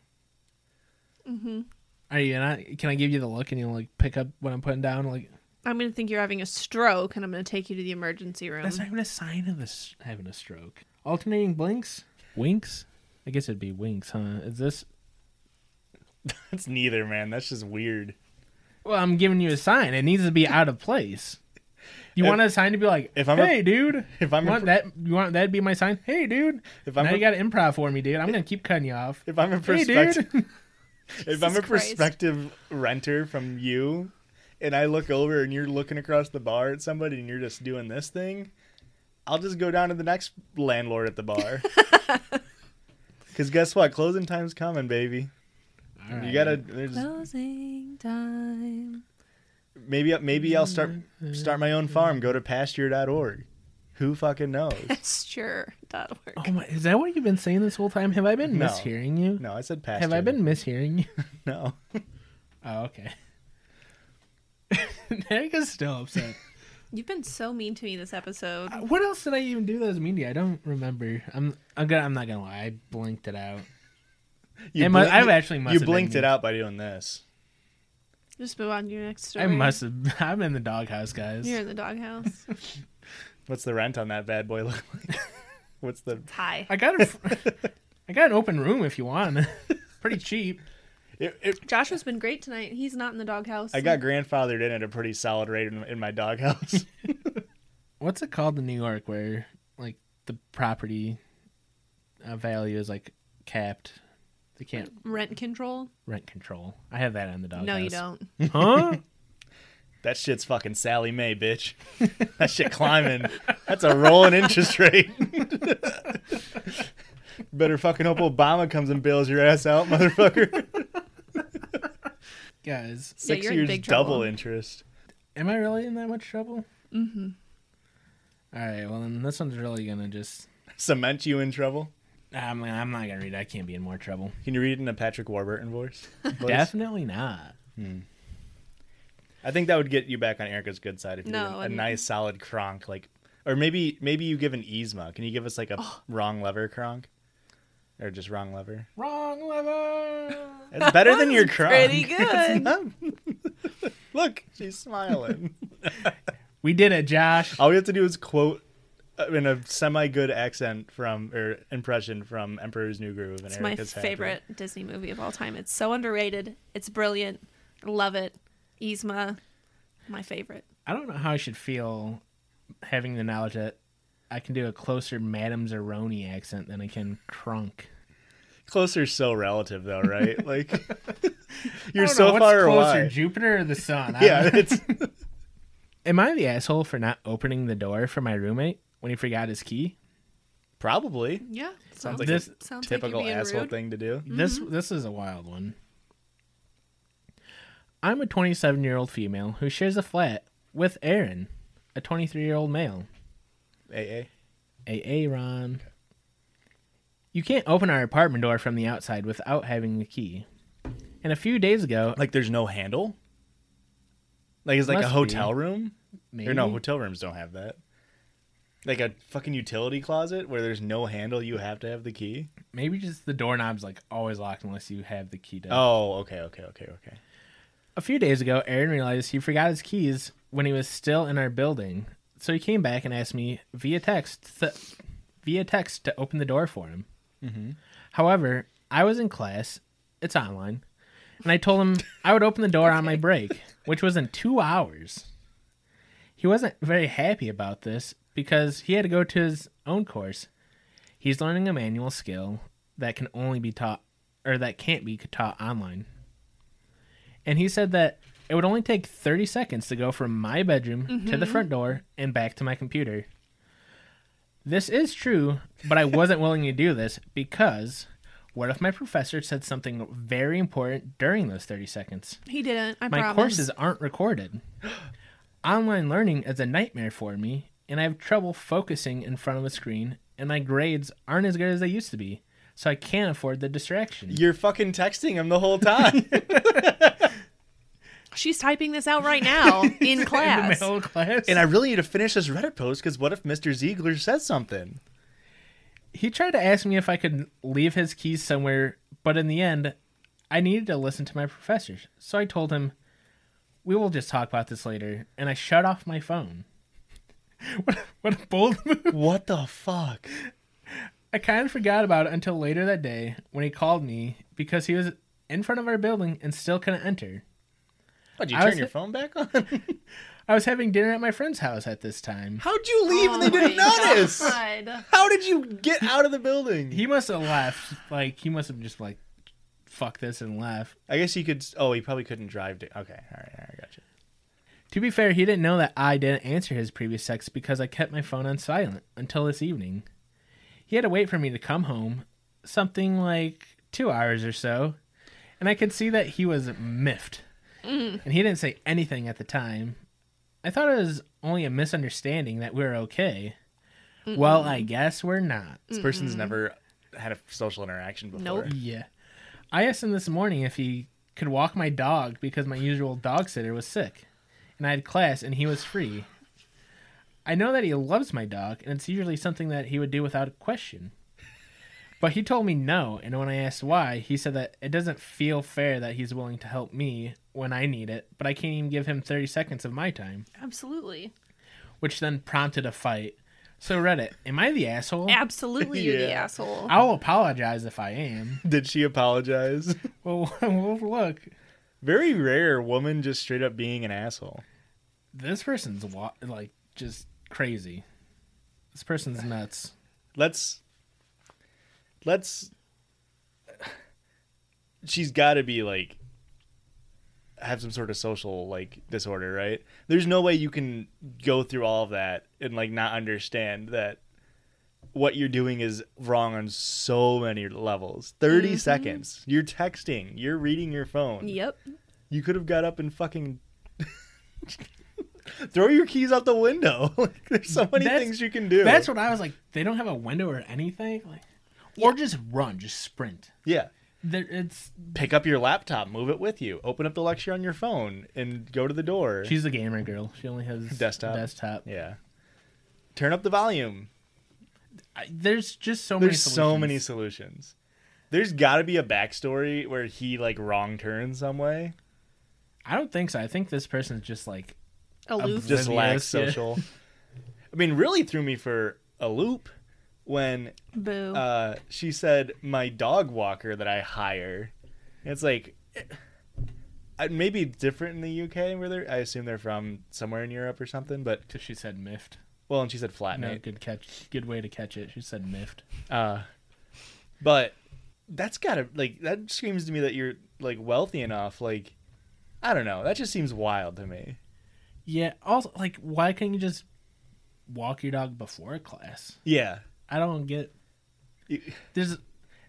[SPEAKER 2] Are you not? Can I give you the look and you'll like pick up what I'm putting down? Like
[SPEAKER 3] I'm going to think you're having a stroke and I'm going to take you to the emergency room.
[SPEAKER 2] that's not even a sign of this having a stroke. Alternating blinks, winks. I guess it'd be winks, huh? Is this
[SPEAKER 1] That's neither, man. That's just weird.
[SPEAKER 2] Well, I'm giving you a sign. It needs to be out of place. You want a sign to be like,
[SPEAKER 1] if I'm a-
[SPEAKER 2] "Hey, dude."
[SPEAKER 1] if I'm
[SPEAKER 2] you
[SPEAKER 1] a
[SPEAKER 2] want
[SPEAKER 1] pr-
[SPEAKER 2] that, you want that to be my sign. Hey, dude.
[SPEAKER 1] If
[SPEAKER 2] now
[SPEAKER 1] I'm
[SPEAKER 2] you
[SPEAKER 1] a,
[SPEAKER 2] got to improv for me, dude. I'm gonna keep cutting you off.
[SPEAKER 1] if I'm a
[SPEAKER 2] Hey,
[SPEAKER 1] prospective
[SPEAKER 2] dude.
[SPEAKER 1] if I'm a
[SPEAKER 3] Jesus Christ.
[SPEAKER 1] prospective renter from you, and I look over and you're looking across the bar at somebody and you're just doing this thing, I'll just go down to the next landlord at the bar. Because guess what? Closing time's coming, baby.
[SPEAKER 2] All
[SPEAKER 1] You
[SPEAKER 2] right.
[SPEAKER 1] gotta. There's,
[SPEAKER 3] Closing time.
[SPEAKER 1] maybe maybe I'll start start my own farm. Go to pasture.org. Who fucking knows?
[SPEAKER 3] Sure.org.
[SPEAKER 2] Oh my! Is that what you've been saying this whole time? Have I been
[SPEAKER 1] No.
[SPEAKER 2] mishearing you?
[SPEAKER 1] No, I said pasture.
[SPEAKER 2] Have I been mishearing you?
[SPEAKER 1] No.
[SPEAKER 2] Oh, okay. Erica's still upset. Uh,
[SPEAKER 3] You've been so mean to me this episode.
[SPEAKER 2] What else did I even do that was mean to you? I don't remember. I'm I'm gonna I'm not gonna lie. I blanked it out.
[SPEAKER 1] You
[SPEAKER 2] It mu-
[SPEAKER 1] blink-
[SPEAKER 2] I actually must
[SPEAKER 1] You
[SPEAKER 2] have
[SPEAKER 1] blinked
[SPEAKER 2] been-
[SPEAKER 1] it out by doing this.
[SPEAKER 3] Just move on to your next story.
[SPEAKER 2] I must have. I'm in the doghouse, guys.
[SPEAKER 3] You're in the doghouse.
[SPEAKER 1] What's the rent on that bad boy look like? What's the?
[SPEAKER 3] It's high.
[SPEAKER 2] I got a. fr- I got an open room if you want. Pretty cheap.
[SPEAKER 1] It, it,
[SPEAKER 3] Joshua's been great tonight. He's not in the doghouse.
[SPEAKER 1] I got grandfathered in at a pretty solid rate in, in my doghouse.
[SPEAKER 2] What's it called in New York where like the property uh, value is like capped? They can't
[SPEAKER 3] rent control.
[SPEAKER 2] rent control. I have that on the doghouse.
[SPEAKER 3] no, you don't.
[SPEAKER 2] Huh?
[SPEAKER 1] that shit's fucking Sally Mae, bitch. That shit climbing. That's a rolling interest rate. Better fucking hope Obama comes and bails your ass out, motherfucker.
[SPEAKER 2] Guys,
[SPEAKER 3] Yeah,
[SPEAKER 1] Six
[SPEAKER 3] you're in
[SPEAKER 1] years
[SPEAKER 3] big
[SPEAKER 1] double
[SPEAKER 3] trouble.
[SPEAKER 1] interest.
[SPEAKER 2] am I really in that much trouble? Mm-hmm. All right. Well, then this one's really gonna just.
[SPEAKER 1] Cement you in trouble.
[SPEAKER 2] I'm, I'm not gonna read. it. I can't be in more trouble.
[SPEAKER 1] Can you read it in a Patrick Warburton voice? voice?
[SPEAKER 2] Definitely not.
[SPEAKER 1] I think that would get you back on Erica's good side if you
[SPEAKER 3] No,
[SPEAKER 1] did a, a
[SPEAKER 3] and-
[SPEAKER 1] nice solid cronk, like, or maybe maybe you give an Yzma. Can you give us like a
[SPEAKER 3] Oh.
[SPEAKER 1] wrong lever cronk, or just wrong lever?
[SPEAKER 2] Wrong lever.
[SPEAKER 1] It's better than your cronk.
[SPEAKER 3] Pretty good.
[SPEAKER 1] Look, she's smiling.
[SPEAKER 2] we did it, Josh.
[SPEAKER 1] All we have to do is quote uh, in a semi good accent from or impression from Emperor's New Groove. And
[SPEAKER 3] It's my
[SPEAKER 1] Erica's happy.
[SPEAKER 3] favorite Disney movie of all time. It's so underrated. It's brilliant. I love it. Yzma, my favorite.
[SPEAKER 2] I don't know how I should feel having the knowledge that I can do a closer Madame Zeroni accent than I can Crunk.
[SPEAKER 1] Closer's so relative though, right? Like
[SPEAKER 2] I
[SPEAKER 1] you're
[SPEAKER 2] don't
[SPEAKER 1] so
[SPEAKER 2] know, what's
[SPEAKER 1] far
[SPEAKER 2] closer,
[SPEAKER 1] away.
[SPEAKER 2] Jupiter or the Sun? I
[SPEAKER 1] Yeah,
[SPEAKER 2] don't-
[SPEAKER 1] it's
[SPEAKER 2] Am I the asshole for not opening the door for my roommate when he forgot his key?
[SPEAKER 1] probably
[SPEAKER 3] Yeah.
[SPEAKER 1] sounds like
[SPEAKER 2] This
[SPEAKER 1] a
[SPEAKER 3] sounds like you're
[SPEAKER 1] typical
[SPEAKER 3] being
[SPEAKER 1] asshole
[SPEAKER 3] rude.
[SPEAKER 1] thing to do.
[SPEAKER 2] This this is a wild one. I'm a 27 year old female who shares a flat with Aaron, a 23 year old male.
[SPEAKER 1] AA.
[SPEAKER 2] AA, Ron. You can't open our apartment door from the outside without having the key. And a few days ago,
[SPEAKER 1] Like there's no handle. Like it's like a
[SPEAKER 2] Must
[SPEAKER 1] hotel
[SPEAKER 2] be.
[SPEAKER 1] room.
[SPEAKER 2] maybe,
[SPEAKER 1] Or no, hotel rooms don't have that. Like a fucking utility closet where there's no handle, you have to have the key.
[SPEAKER 2] maybe just the doorknob's like always locked unless you have the key to.
[SPEAKER 1] Oh, okay, okay, okay, okay.
[SPEAKER 2] A few days ago, Aaron realized he forgot his keys when he was still in our building, so he came back and asked me via text th- via text to open the door for him. However, I was in class; it's online, and I told him I would open the door on my break, which was in two hours. He wasn't very happy about this because he had to go to his own course. He's learning a manual skill that can only be taught, or that can't be taught online and he said that it would only take 30 seconds to go from my bedroom to the front door and back to my computer. This is true, but I wasn't willing to do this because what if my professor said something very important during those 30 seconds?
[SPEAKER 3] He didn't. I
[SPEAKER 2] My
[SPEAKER 3] promise.
[SPEAKER 2] courses aren't recorded. Online learning is a nightmare for me, and I have trouble focusing in front of a screen, and my grades aren't as good as they used to be, so I can't afford the distraction.
[SPEAKER 1] You're fucking texting him the whole time.
[SPEAKER 3] She's typing this out right now in
[SPEAKER 2] in the
[SPEAKER 3] class.
[SPEAKER 2] middle of class.
[SPEAKER 1] and I really need to finish this Reddit post because what if Mr. Ziegler says something?
[SPEAKER 2] he tried to ask me if I could leave his keys somewhere, but in the end, I needed to listen to my professors. So I told him, "We will just talk about this later," and I shut off my phone. what, what a bold move!
[SPEAKER 1] What the fuck?
[SPEAKER 2] I kind of forgot about it until later that day when he called me because he was in front of our building and still couldn't enter.
[SPEAKER 1] What, you
[SPEAKER 2] I
[SPEAKER 1] turn
[SPEAKER 2] was-
[SPEAKER 1] your phone back on?
[SPEAKER 2] I was having dinner at my friend's house at this time.
[SPEAKER 1] How'd you leave and they
[SPEAKER 3] Oh
[SPEAKER 1] didn't
[SPEAKER 3] my
[SPEAKER 1] notice?
[SPEAKER 3] God.
[SPEAKER 1] How did you get out of the building?
[SPEAKER 2] He must have left. Like he must have just like, fuck this and left.
[SPEAKER 1] I guess he could. Oh, he probably couldn't drive. To, okay, all right, all right, gotcha.
[SPEAKER 2] To be fair, he didn't know that I didn't answer his previous text because I kept my phone on silent until this evening. He had to wait for me to come home, something like two hours or so, and I could see that he was miffed. And he didn't say anything at the time. I thought it was only a misunderstanding that we were okay. Well, I guess we're not.
[SPEAKER 1] This person's never had a social interaction before.
[SPEAKER 3] Nope.
[SPEAKER 2] Yeah. I asked him this morning if he could walk my dog because my usual dog sitter was sick and I had class and he was free. I know that he loves my dog and it's usually something that he would do without a question. But he told me no, and when I asked why, he said that it doesn't feel fair that he's willing to help me when I need it, but I can't even give him 30 seconds of my time,
[SPEAKER 3] Absolutely.
[SPEAKER 2] which then prompted a fight. So, Reddit, am I the asshole?
[SPEAKER 3] Absolutely, you're the
[SPEAKER 1] Yeah.
[SPEAKER 3] asshole.
[SPEAKER 2] I'll apologize if I am.
[SPEAKER 1] Did she apologize?
[SPEAKER 2] Well, well, look,
[SPEAKER 1] Very rare woman just straight up being an asshole.
[SPEAKER 2] this person's wa- like just crazy. This person's nuts.
[SPEAKER 1] Let's let's she's got to be like have some sort of social like disorder, right? There's no way you can go through all of that and like not understand that what you're doing is wrong on so many levels. 30
[SPEAKER 2] Mm-hmm.
[SPEAKER 1] seconds. You're texting, you're reading your phone.
[SPEAKER 3] Yep.
[SPEAKER 1] You could have got up and fucking throw your keys out the window. Like, there's so many
[SPEAKER 2] That's-
[SPEAKER 1] things you can do.
[SPEAKER 2] That's what I was like. They don't have a window or anything, like, or just run, just sprint.
[SPEAKER 1] yeah.
[SPEAKER 2] There, it's
[SPEAKER 1] Pick up your laptop, move it with you, open up the lecture on your phone, and go to the door.
[SPEAKER 2] she's a gamer girl. She only has
[SPEAKER 1] Desktop.
[SPEAKER 2] Desktop.
[SPEAKER 1] yeah. Turn up the volume.
[SPEAKER 2] I, there's just so many.
[SPEAKER 1] There's so many
[SPEAKER 2] solutions.
[SPEAKER 1] solutions. There's got to be a backstory where he like wrong turns some way.
[SPEAKER 2] I don't think so. I think this person's just like
[SPEAKER 3] Aloof.
[SPEAKER 2] Oblivious,
[SPEAKER 1] Just lacks
[SPEAKER 2] yeah.
[SPEAKER 1] social. I mean, really threw me for a loop when
[SPEAKER 3] Boo.
[SPEAKER 2] Oh.
[SPEAKER 1] uh, she said my dog walker that I hire. It's like eh, I- maybe different in the UK where they're. I assume they're from somewhere in Europe or something. But
[SPEAKER 2] because she said miffed.
[SPEAKER 1] well, and she said
[SPEAKER 2] No,
[SPEAKER 1] flatmate.
[SPEAKER 2] good catch. Good way to catch it. She said miffed.
[SPEAKER 1] Uh, but that's gotta like that screams to me that you're like wealthy enough. Like I don't know. That just seems wild to me.
[SPEAKER 2] Yeah. Also, like, why couldn't you just walk your dog before class?
[SPEAKER 1] Yeah.
[SPEAKER 2] I don't get.
[SPEAKER 1] You-
[SPEAKER 2] There's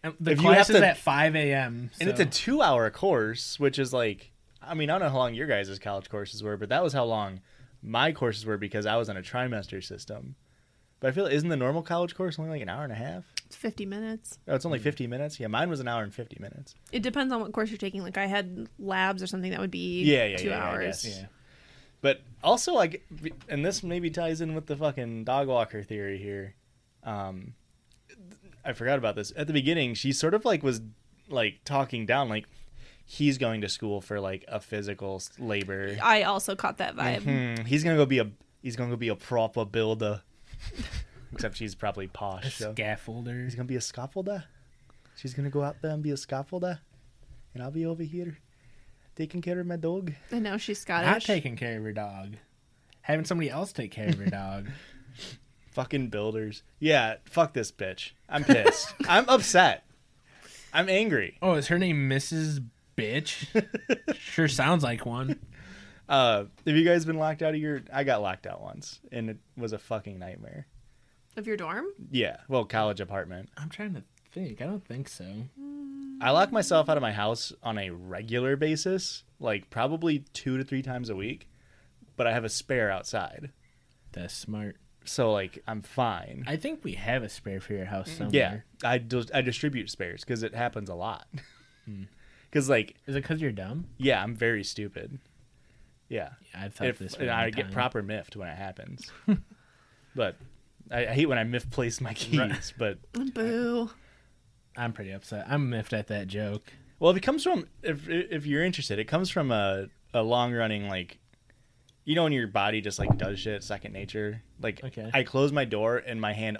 [SPEAKER 2] and the
[SPEAKER 1] If you
[SPEAKER 2] class
[SPEAKER 1] have
[SPEAKER 2] is
[SPEAKER 1] to-
[SPEAKER 2] at five a.m.
[SPEAKER 1] And it's
[SPEAKER 2] so-
[SPEAKER 1] a two hour course, which is like, I mean, I don't know how long your guys' college courses were, but that was how long my courses were because I was on a trimester system. But I feel, isn't the normal college course only like an hour and a half?
[SPEAKER 3] it's 50 minutes.
[SPEAKER 1] Oh, it's only 50 minutes? Yeah, mine was an hour and 50 minutes.
[SPEAKER 3] It depends on what course you're taking. Like I had labs or something that would be
[SPEAKER 1] Yeah, yeah,
[SPEAKER 3] 2
[SPEAKER 1] yeah, yeah, I
[SPEAKER 3] hours.
[SPEAKER 1] guess.
[SPEAKER 2] yeah.
[SPEAKER 1] But also, like, and this maybe ties in with the fucking dog walker theory here. Um, I forgot about this at the beginning. She sort of like was like talking down, like he's going to school for like a physical s- labor.
[SPEAKER 3] I also caught that vibe.
[SPEAKER 1] Hmm, he's gonna go be a he's gonna go be a proper builder. Except she's probably posh. So. He's
[SPEAKER 2] Scaffolder.
[SPEAKER 1] gonna be a scaffolder. She's gonna go out there and be a scaffolder, and I'll be over here taking care of my dog.
[SPEAKER 3] And now she's
[SPEAKER 2] Not
[SPEAKER 3] Scottish.
[SPEAKER 2] taking care of your dog. Having somebody else take care of your dog.
[SPEAKER 1] Fucking builders. Yeah, fuck this bitch. I'm pissed. I'm upset. I'm angry.
[SPEAKER 2] Oh, is her name Mrs. Bitch? sure sounds like one.
[SPEAKER 1] Uh, have you guys been locked out of your? I got locked out once, and it was a fucking nightmare.
[SPEAKER 3] of your dorm?
[SPEAKER 1] Yeah, well, college apartment.
[SPEAKER 2] I'm trying to think. I don't think so.
[SPEAKER 1] I lock myself out of my house on a regular basis, like probably two to three times a week, but I have a spare outside.
[SPEAKER 2] That's smart.
[SPEAKER 1] So like I'm fine.
[SPEAKER 2] I think we have a spare for your house somewhere.
[SPEAKER 1] yeah, I dis- I distribute spares because it happens a lot. Because like
[SPEAKER 2] Is it because you're dumb?
[SPEAKER 1] yeah, I'm very stupid. Yeah,
[SPEAKER 2] Yeah, I've thought
[SPEAKER 1] if,
[SPEAKER 2] this.
[SPEAKER 1] and
[SPEAKER 2] one
[SPEAKER 1] I get
[SPEAKER 2] time.
[SPEAKER 1] proper miffed when it happens. but I, I hate when I misplace my keys. But
[SPEAKER 3] Boo.
[SPEAKER 2] I'm pretty upset. I'm miffed at that joke.
[SPEAKER 1] Well, if it comes from if if you're interested, it comes from a a long running like, you know, when your body just like does shit second nature. Like,
[SPEAKER 2] Okay.
[SPEAKER 1] I close my door and my hand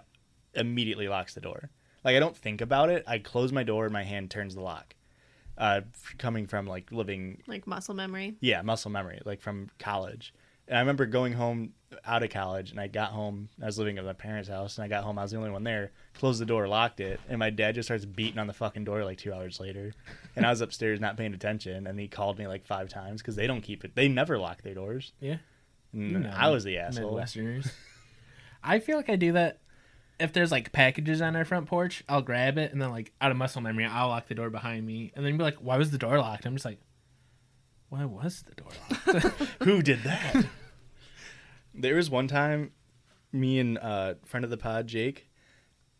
[SPEAKER 1] immediately locks the door. Like I don't think about it. I close my door and my hand turns the lock. Uh, f- coming from like living,
[SPEAKER 3] Like muscle memory.
[SPEAKER 1] yeah, muscle memory, like from college. And I remember going home out of college, and I got home. I was living at my parents' house, and I got home. I was the only one there. Closed the door, locked it, and my dad just starts beating on the fucking door like two hours later. And I was upstairs not paying attention, and he called me like five times because they don't keep it. They never lock their doors.
[SPEAKER 2] Yeah.
[SPEAKER 1] And
[SPEAKER 2] You know,
[SPEAKER 1] I was the asshole.
[SPEAKER 2] Midwesterners. I feel like I do that. If there's like packages on our front porch, I'll grab it and then like out of muscle memory, I'll lock the door behind me and then be like, "Why was the door locked?" I'm just like, "Why was the door locked?"
[SPEAKER 1] Who did that? there was one time, me and uh, friend of the pod Jake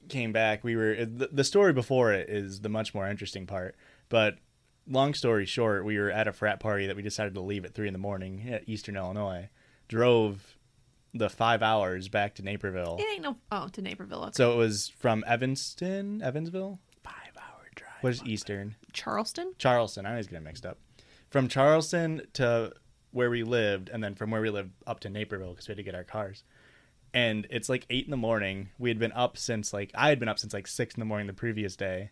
[SPEAKER 1] came back. We were uh, the, the story before it is the much more interesting part. But long story short, we were at a frat party that we decided to leave at three in the morning at Eastern Illinois. Drove the five hours back to Naperville.
[SPEAKER 3] It ain't no. Oh, to Naperville. Okay.
[SPEAKER 1] So it was from Evanston, Evansville.
[SPEAKER 2] Five hour drive.
[SPEAKER 1] What is Eastern?
[SPEAKER 3] Charleston.
[SPEAKER 1] Charleston. I always get it mixed up. From Charleston to where we lived, and then from where we lived up to Naperville because we had to get our cars. And it's like eight in the morning. We had been up since like I had been up since like six in the morning the previous day.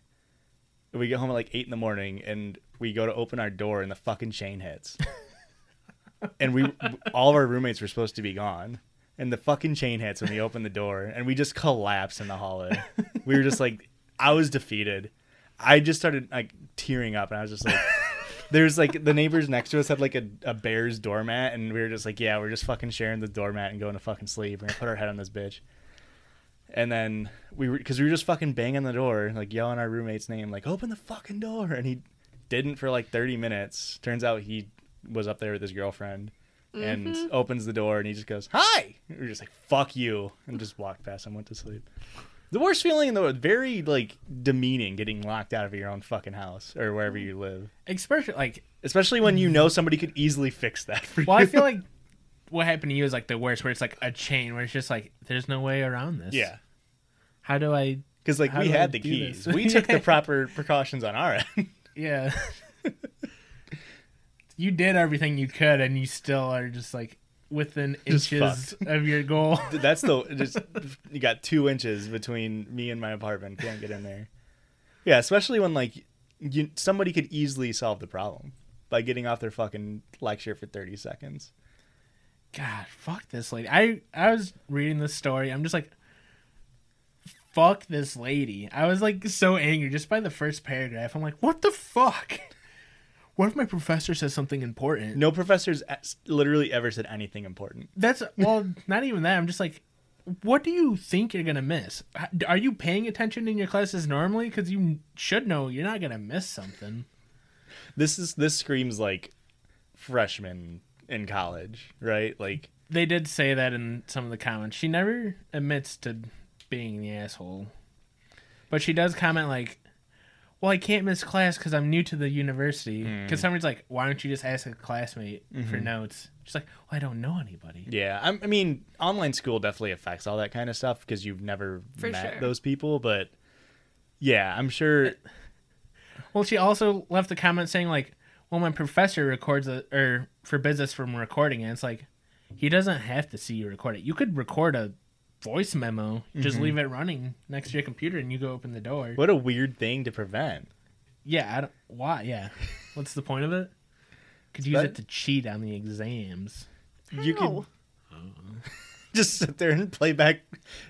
[SPEAKER 1] We get home at like eight in the morning, and we go to open our door, and the fucking chain hits. and we all of our roommates were supposed to be gone. And the fucking chain hits when we open the door, and we just collapse in the hallway. We were just like, I was defeated. I just started like tearing up, and I was just like, there's like the neighbors next to us had like a, a bear's doormat, and we were just like, yeah, we're just fucking sharing the doormat and going to fucking sleep. We're gonna put our head on this bitch. And then we were, because we were just fucking banging the door, like yelling our roommate's name, like, open the fucking door. And he didn't for like 30 minutes. Turns out he was up there with his girlfriend and opens the door and he just goes, Hi! And we're just like, Fuck you. And just walked past and went to sleep. The worst feeling in the world, very like demeaning getting locked out of your own fucking house or wherever you live.
[SPEAKER 2] Especially like
[SPEAKER 1] Especially when you know somebody could easily fix that for
[SPEAKER 2] well,
[SPEAKER 1] you.
[SPEAKER 2] I feel like what happened to you is like the worst, where it's like a chain, where it's just like there's no way around this.
[SPEAKER 1] Yeah.
[SPEAKER 2] How do I?
[SPEAKER 1] Because like
[SPEAKER 2] How
[SPEAKER 1] we
[SPEAKER 2] do I
[SPEAKER 1] had the
[SPEAKER 2] do
[SPEAKER 1] keys.
[SPEAKER 2] this?
[SPEAKER 1] We took the proper precautions on our end.
[SPEAKER 2] Yeah. you did everything you could, and you still are just like within
[SPEAKER 1] Just
[SPEAKER 2] inches of your goal.
[SPEAKER 1] That's the just you got two inches between me and my apartment. Can't get in there. Yeah, especially when like you somebody could easily solve the problem by getting off their fucking lecture for thirty seconds.
[SPEAKER 2] God, fuck this lady. I I was reading this story. I'm just like, fuck this lady. I was like so angry just by the first paragraph. I'm like, what the fuck? What if my professor says something important?
[SPEAKER 1] No professors as- literally ever said anything important.
[SPEAKER 2] That's well, not even that. I'm just like, what do you think you're gonna miss? H- Are you paying attention in your classes normally? Because you should know you're not gonna miss something.
[SPEAKER 1] This is this screams like freshmen in college, right? Like
[SPEAKER 2] They did say that in some of the comments. She never admits to being the asshole, but she does comment like, "Well, I can't miss class because I'm new to the university." Because somebody's like, "Why don't you just ask a classmate for notes?" She's like, well, "I don't know anybody."
[SPEAKER 1] yeah, I'm, I mean, online school definitely affects all that kind of stuff because you've never
[SPEAKER 3] For
[SPEAKER 1] met
[SPEAKER 3] sure. Uh,
[SPEAKER 1] those people, but. Yeah, I'm sure.
[SPEAKER 2] Well, she also left a comment saying like, "Well, my professor records a, or forbids us from recording it." It's like he doesn't have to see you record it. You could record a voice memo, just leave it running next to your computer, and you go open the door.
[SPEAKER 1] What a weird thing to prevent.
[SPEAKER 2] Yeah, I don't. Why? Yeah, what's the point of it? Could use
[SPEAKER 1] better-
[SPEAKER 2] it to cheat on the exams.
[SPEAKER 1] You could
[SPEAKER 3] How?
[SPEAKER 1] just sit there and play back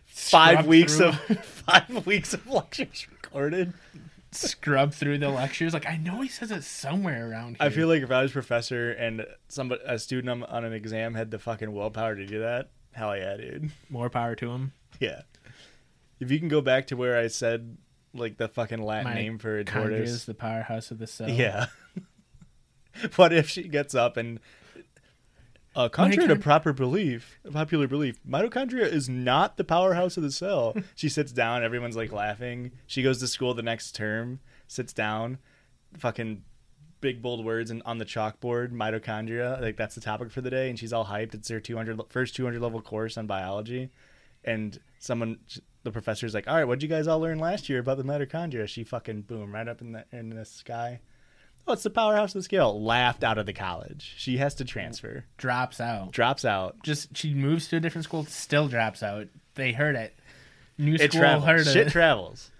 [SPEAKER 1] five
[SPEAKER 2] Scrub
[SPEAKER 1] weeks
[SPEAKER 2] through.
[SPEAKER 1] of five weeks of lectures recorded.
[SPEAKER 2] Scrub through the lectures. Like I know he says it somewhere around here.
[SPEAKER 1] I feel like if I was professor and somebody a student on, on an exam had the fucking willpower to do that, hell yeah, dude.
[SPEAKER 2] more power to him.
[SPEAKER 1] Yeah. If you can go back to where I said like the fucking Latin
[SPEAKER 2] My
[SPEAKER 1] name for a
[SPEAKER 2] Condra is
[SPEAKER 1] tortoise,
[SPEAKER 2] the powerhouse of the cell.
[SPEAKER 1] yeah. what if she gets up and uh, contrary to
[SPEAKER 2] Mitochond-
[SPEAKER 1] proper belief, popular belief, mitochondria is not the powerhouse of the cell. she sits down, everyone's like laughing. She goes to school the next term, sits down, fucking big bold words and on the chalkboard, mitochondria, like that's the topic for the day and she's all hyped. It's her 200 le- first 200 level course on biology. And someone the professor's like, "All right, what'd you guys all learn last year about the mitochondria?" She fucking boom right up in the in the sky. Oh, it's the powerhouse of the scale. Laughed out of the college. She has to transfer.
[SPEAKER 2] drops out.
[SPEAKER 1] Drops out.
[SPEAKER 2] just she moves to a different school, still drops out. They heard it. New
[SPEAKER 1] It
[SPEAKER 2] school
[SPEAKER 1] travels.
[SPEAKER 2] heard
[SPEAKER 1] Shit
[SPEAKER 2] it.
[SPEAKER 1] travels.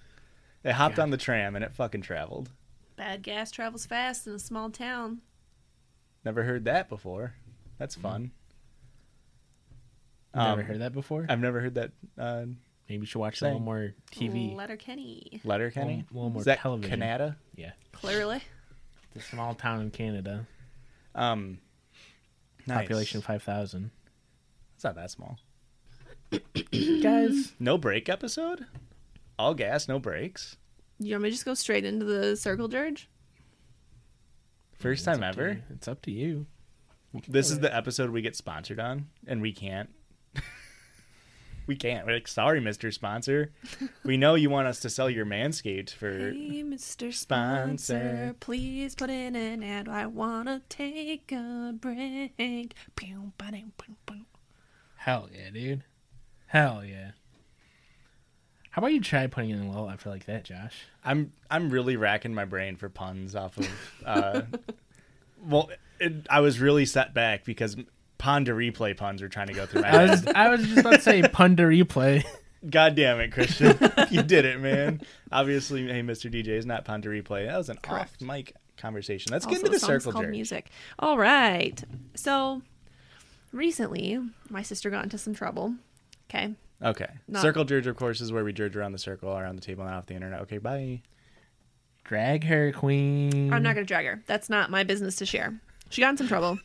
[SPEAKER 1] They hopped on the tram and it fucking traveled.
[SPEAKER 3] Bad gas travels fast in a small town.
[SPEAKER 1] Never heard that before. That's
[SPEAKER 2] Mm-hmm.
[SPEAKER 1] fun.
[SPEAKER 2] Never
[SPEAKER 1] Um,
[SPEAKER 2] heard that before.
[SPEAKER 1] I've never heard that uh,
[SPEAKER 2] Maybe she watched a
[SPEAKER 1] saying-
[SPEAKER 2] little more TV.
[SPEAKER 3] Letter Kenny.
[SPEAKER 1] letter, Kenny.
[SPEAKER 2] A little more
[SPEAKER 1] Is that
[SPEAKER 2] television.
[SPEAKER 1] Canada?
[SPEAKER 2] Yeah,
[SPEAKER 3] Clearly.
[SPEAKER 2] the small town in Canada,
[SPEAKER 1] Um, nice.
[SPEAKER 2] population five thousand.
[SPEAKER 1] It's not that small.
[SPEAKER 2] Guys,
[SPEAKER 1] No break episode. All gas, no breaks.
[SPEAKER 3] You want me to just go straight into the circle dirge?
[SPEAKER 1] First time ever.
[SPEAKER 2] it's up to you.
[SPEAKER 1] This is the episode we get sponsored on, and we can't. we can't. We're like, sorry, Mister Sponsor. We know you want us to sell your Manscaped for.
[SPEAKER 3] Hey, Mr.
[SPEAKER 1] Sponsor.
[SPEAKER 3] Sponsor, please put in an ad. I wanna take a break. Pew, ba-dum, pew, pew.
[SPEAKER 2] Hell yeah, dude. Hell yeah. How about you try putting in a little effort like that, Josh?
[SPEAKER 1] I'm I'm really racking my brain for puns off of. Uh, well, it, I was really set back because pond to replay puns were trying to go through my
[SPEAKER 2] I
[SPEAKER 1] head.
[SPEAKER 2] was I was just about to say pun to replay.
[SPEAKER 1] God damn it, Christian! you did it, man. Obviously, hey, Mr. DJ is not pond to replay. That was an
[SPEAKER 3] Correct.
[SPEAKER 1] off mic conversation. Let's
[SPEAKER 3] Also,
[SPEAKER 1] get into the
[SPEAKER 3] song's
[SPEAKER 1] circle
[SPEAKER 3] called
[SPEAKER 1] jerk.
[SPEAKER 3] music. All right. So recently, my sister got into some trouble. Okay.
[SPEAKER 1] Okay,
[SPEAKER 3] Not-
[SPEAKER 1] circle jerk, of course, is where we jerk around the circle, around the table, and off the internet. Okay, bye.
[SPEAKER 2] Drag her queen.
[SPEAKER 3] I'm not going to drag her. That's not my business to share. She got in some trouble.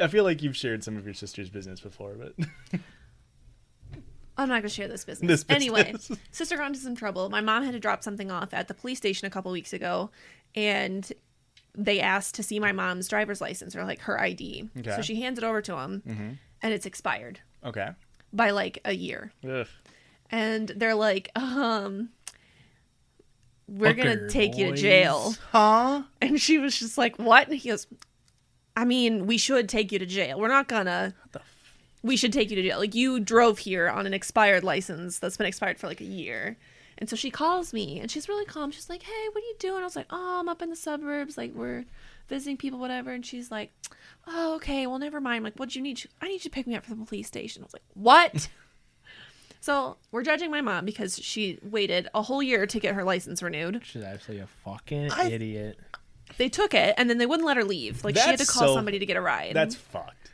[SPEAKER 1] I feel like you've shared some of your sister's business before, but
[SPEAKER 3] I'm not going to share this business.
[SPEAKER 1] This business.
[SPEAKER 3] Anyway, sister got into some trouble. My mom had to drop something off at the police station a couple weeks ago, and they asked to see my mom's driver's license or like her ID.
[SPEAKER 1] Okay. Mm-hmm.
[SPEAKER 3] So she hands it over to them, and it's expired
[SPEAKER 1] okay.
[SPEAKER 3] by like a year.
[SPEAKER 1] Ugh.
[SPEAKER 3] And they're like, um, we're going
[SPEAKER 2] Fucker
[SPEAKER 3] to take you to
[SPEAKER 2] boys.
[SPEAKER 3] jail.
[SPEAKER 1] Huh?
[SPEAKER 3] And she was just like, "What?" And he goes, "I mean, we should take you to jail. We're not gonna. we should take you to jail. Like you drove here on an expired license that's been expired for like a year." And so she calls me, and she's really calm. She's like, "Hey, what are you doing?" I was like, "Oh, I'm up in the suburbs. Like we're visiting people, whatever." And she's like, "Oh, okay. Well, never mind. Like, what do you need? She- I need you to pick me up from the police station." I was like, "What?" so we're judging my mom because she waited a whole year to get her license renewed.
[SPEAKER 2] She's actually a fucking
[SPEAKER 1] I-
[SPEAKER 2] idiot.
[SPEAKER 3] They took it and then they wouldn't let her leave. Like she had to
[SPEAKER 1] That's
[SPEAKER 3] call
[SPEAKER 1] so-
[SPEAKER 3] somebody to get a ride.
[SPEAKER 1] That's fucked.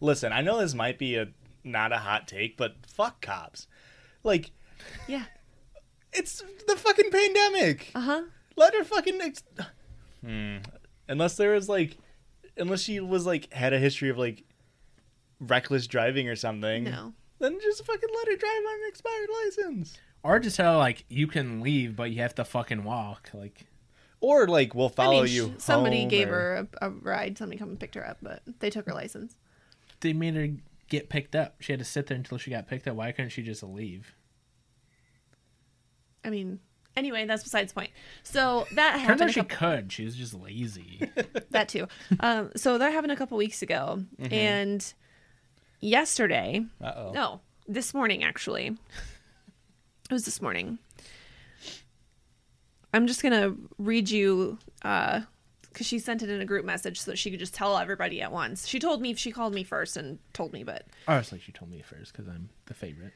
[SPEAKER 1] Listen, I know this might be a not a hot take, but fuck cops. Like
[SPEAKER 3] yeah.
[SPEAKER 1] it's the fucking pandemic.
[SPEAKER 3] Uh huh.
[SPEAKER 1] Let her fucking. Ex- hmm. Unless there was like, unless she was like had a history of like reckless driving or something.
[SPEAKER 3] No.
[SPEAKER 1] Then just fucking let her drive on an expired license.
[SPEAKER 2] Or just tell her, like you can leave, but you have to fucking walk. Like
[SPEAKER 1] Or like we'll
[SPEAKER 3] I
[SPEAKER 1] follow
[SPEAKER 3] mean,
[SPEAKER 1] you.
[SPEAKER 3] sh- somebody
[SPEAKER 1] home
[SPEAKER 3] gave
[SPEAKER 1] or-
[SPEAKER 3] her a, a ride. Somebody come and picked her up, but they took her license.
[SPEAKER 2] they made her get picked up. She had to sit there until she got picked up. Why couldn't she just leave?
[SPEAKER 3] I mean, anyway, that's besides the point. So that
[SPEAKER 2] Turns out
[SPEAKER 3] happened. a
[SPEAKER 2] she
[SPEAKER 3] couple,
[SPEAKER 2] could. She was just lazy.
[SPEAKER 3] that too. Um, so that happened a couple weeks ago,
[SPEAKER 1] Mm-hmm.
[SPEAKER 3] and yesterday,
[SPEAKER 1] Uh-oh.
[SPEAKER 3] no, this morning actually, it was this morning. I'm just gonna read you because she sent it in a group message so that she could just tell everybody at once. She told me she called me first and told me, but
[SPEAKER 2] Oh, it's like she told me first because I'm the favorite.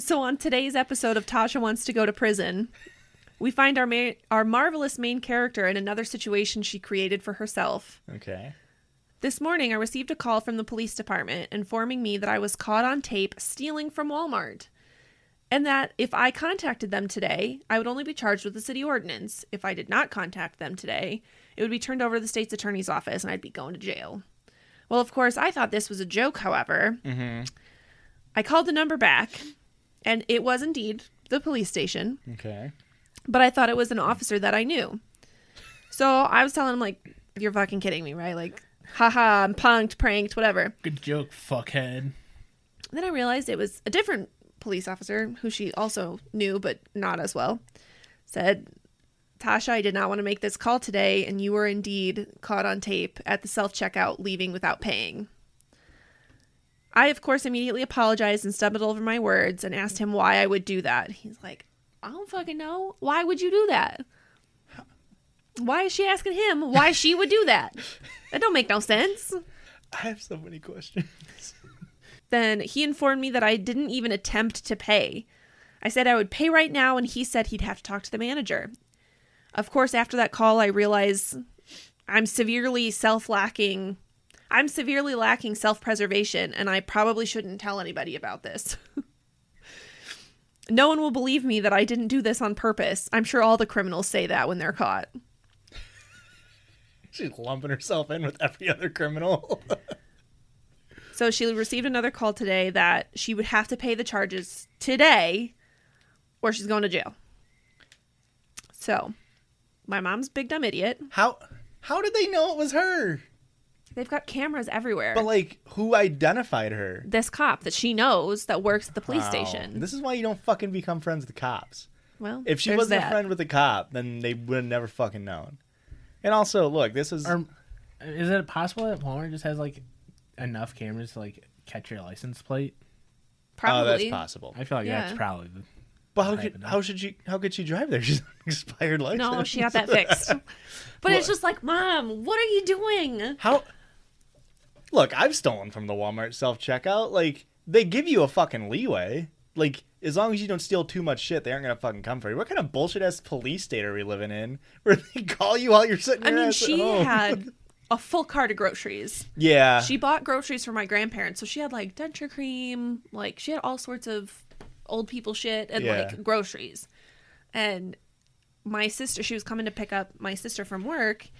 [SPEAKER 3] So on today's episode of Tasha Wants to Go to Prison, we find our ma- our marvelous main character in another situation she created for herself.
[SPEAKER 1] Okay.
[SPEAKER 3] This morning I received a call from the police department informing me that I was caught on tape stealing from Walmart and that if I contacted them today, I would only be charged with the city ordinance. If I did not contact them today, it would be turned over to the state's attorney's office and I'd be going to jail. Well, of course, I thought this was a joke, however. I called the number back, and it was indeed the police station,
[SPEAKER 1] Okay.
[SPEAKER 3] but I thought it was an officer that I knew. So I was telling him, like, you're fucking kidding me, right? Like, haha, I'm punked, pranked, whatever.
[SPEAKER 2] Good joke, fuckhead.
[SPEAKER 3] Then I realized it was a different police officer who she also knew, but not as well. Said, Tasha, I did not want to make this call today, and you were indeed caught on tape at the self checkout leaving without paying. I, of course, immediately apologized and stumbled over my words and asked him why I would do that. He's like, I don't fucking know. Why would you do that? Why is she asking him why she would do that? That don't make no sense.
[SPEAKER 1] I have so many questions.
[SPEAKER 3] Then he informed me that I didn't even attempt to pay. I said I would pay right now, and he said he'd have to talk to the manager. Of course, after that call, I realize I'm severely self lacking. I'm severely lacking self preservation, and I probably shouldn't tell anybody about this. no one will believe me that I didn't do this on purpose. I'm sure all the criminals say that when they're caught.
[SPEAKER 1] She's lumping herself in with every other criminal.
[SPEAKER 3] So she received another call today that she would have to pay the charges today or she's going to jail. So my mom's big dumb idiot.
[SPEAKER 1] How how did they know it was her?
[SPEAKER 3] They've got cameras everywhere.
[SPEAKER 1] But like who identified her?
[SPEAKER 3] this cop that she knows that works at the police
[SPEAKER 1] Wow.
[SPEAKER 3] station.
[SPEAKER 1] This is why you don't fucking become friends with the cops.
[SPEAKER 3] well,
[SPEAKER 1] If she
[SPEAKER 3] there's
[SPEAKER 1] wasn't
[SPEAKER 3] that.
[SPEAKER 1] a friend oh, with a cop, then they would have never fucking known. And also, look, this is
[SPEAKER 2] Or is it possible that Walmart just has like enough cameras to like catch your license plate.
[SPEAKER 1] Oh, that's
[SPEAKER 3] Probably.
[SPEAKER 1] possible.
[SPEAKER 2] I feel like that's
[SPEAKER 3] Yeah.
[SPEAKER 2] probably the
[SPEAKER 1] But how
[SPEAKER 2] I
[SPEAKER 1] could
[SPEAKER 2] don't know.
[SPEAKER 1] how should you how could she drive there? She's on an expired license.
[SPEAKER 3] no, she got that fixed. But it's just like, Mom, what are you doing?
[SPEAKER 1] How? Look, I've stolen from the Walmart self checkout. Like they give you a fucking leeway. Like as long as you don't steal too much shit, they aren't gonna fucking come for you. What kind of bullshit ass police state are we living in, where they call you while you're sitting?
[SPEAKER 3] I
[SPEAKER 1] your
[SPEAKER 3] mean,
[SPEAKER 1] ass at
[SPEAKER 3] she
[SPEAKER 1] home?
[SPEAKER 3] had a full cart of groceries.
[SPEAKER 1] oh. Yeah.
[SPEAKER 3] She bought groceries for my grandparents, so she had like denture cream, like she had all sorts of old people shit and
[SPEAKER 1] Yeah.
[SPEAKER 3] like groceries. And my sister, she was coming to pick up my sister from work,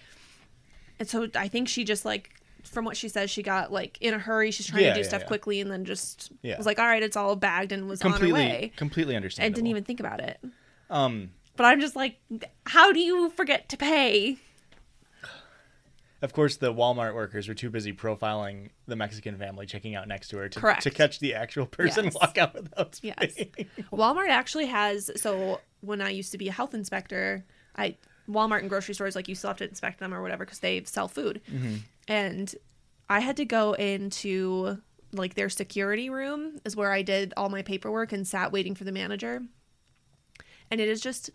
[SPEAKER 3] and so I think she just like, from what she says, she got like in a hurry. She's trying
[SPEAKER 1] Yeah,
[SPEAKER 3] to do
[SPEAKER 1] yeah,
[SPEAKER 3] stuff
[SPEAKER 1] yeah.
[SPEAKER 3] quickly, and then just
[SPEAKER 1] Yeah.
[SPEAKER 3] was like, "All right, it's all bagged," and was on her
[SPEAKER 1] completely
[SPEAKER 3] way,
[SPEAKER 1] completely
[SPEAKER 3] and
[SPEAKER 1] understandable.
[SPEAKER 3] didn't even think about it.
[SPEAKER 1] Um,
[SPEAKER 3] But I'm just like, how do you forget to pay?
[SPEAKER 1] of course, the Walmart workers were too busy profiling the Mexican family checking out next to her to,
[SPEAKER 3] Correct.
[SPEAKER 1] to catch the actual person
[SPEAKER 3] Yes.
[SPEAKER 1] walk out without
[SPEAKER 3] Yes.
[SPEAKER 1] paying.
[SPEAKER 3] Walmart actually has so when I used to be a health inspector, I Walmart and grocery stores like you still have to inspect them or whatever because they sell food, and I had to go into like their security room is where I did all my paperwork and sat waiting for the manager, and it is just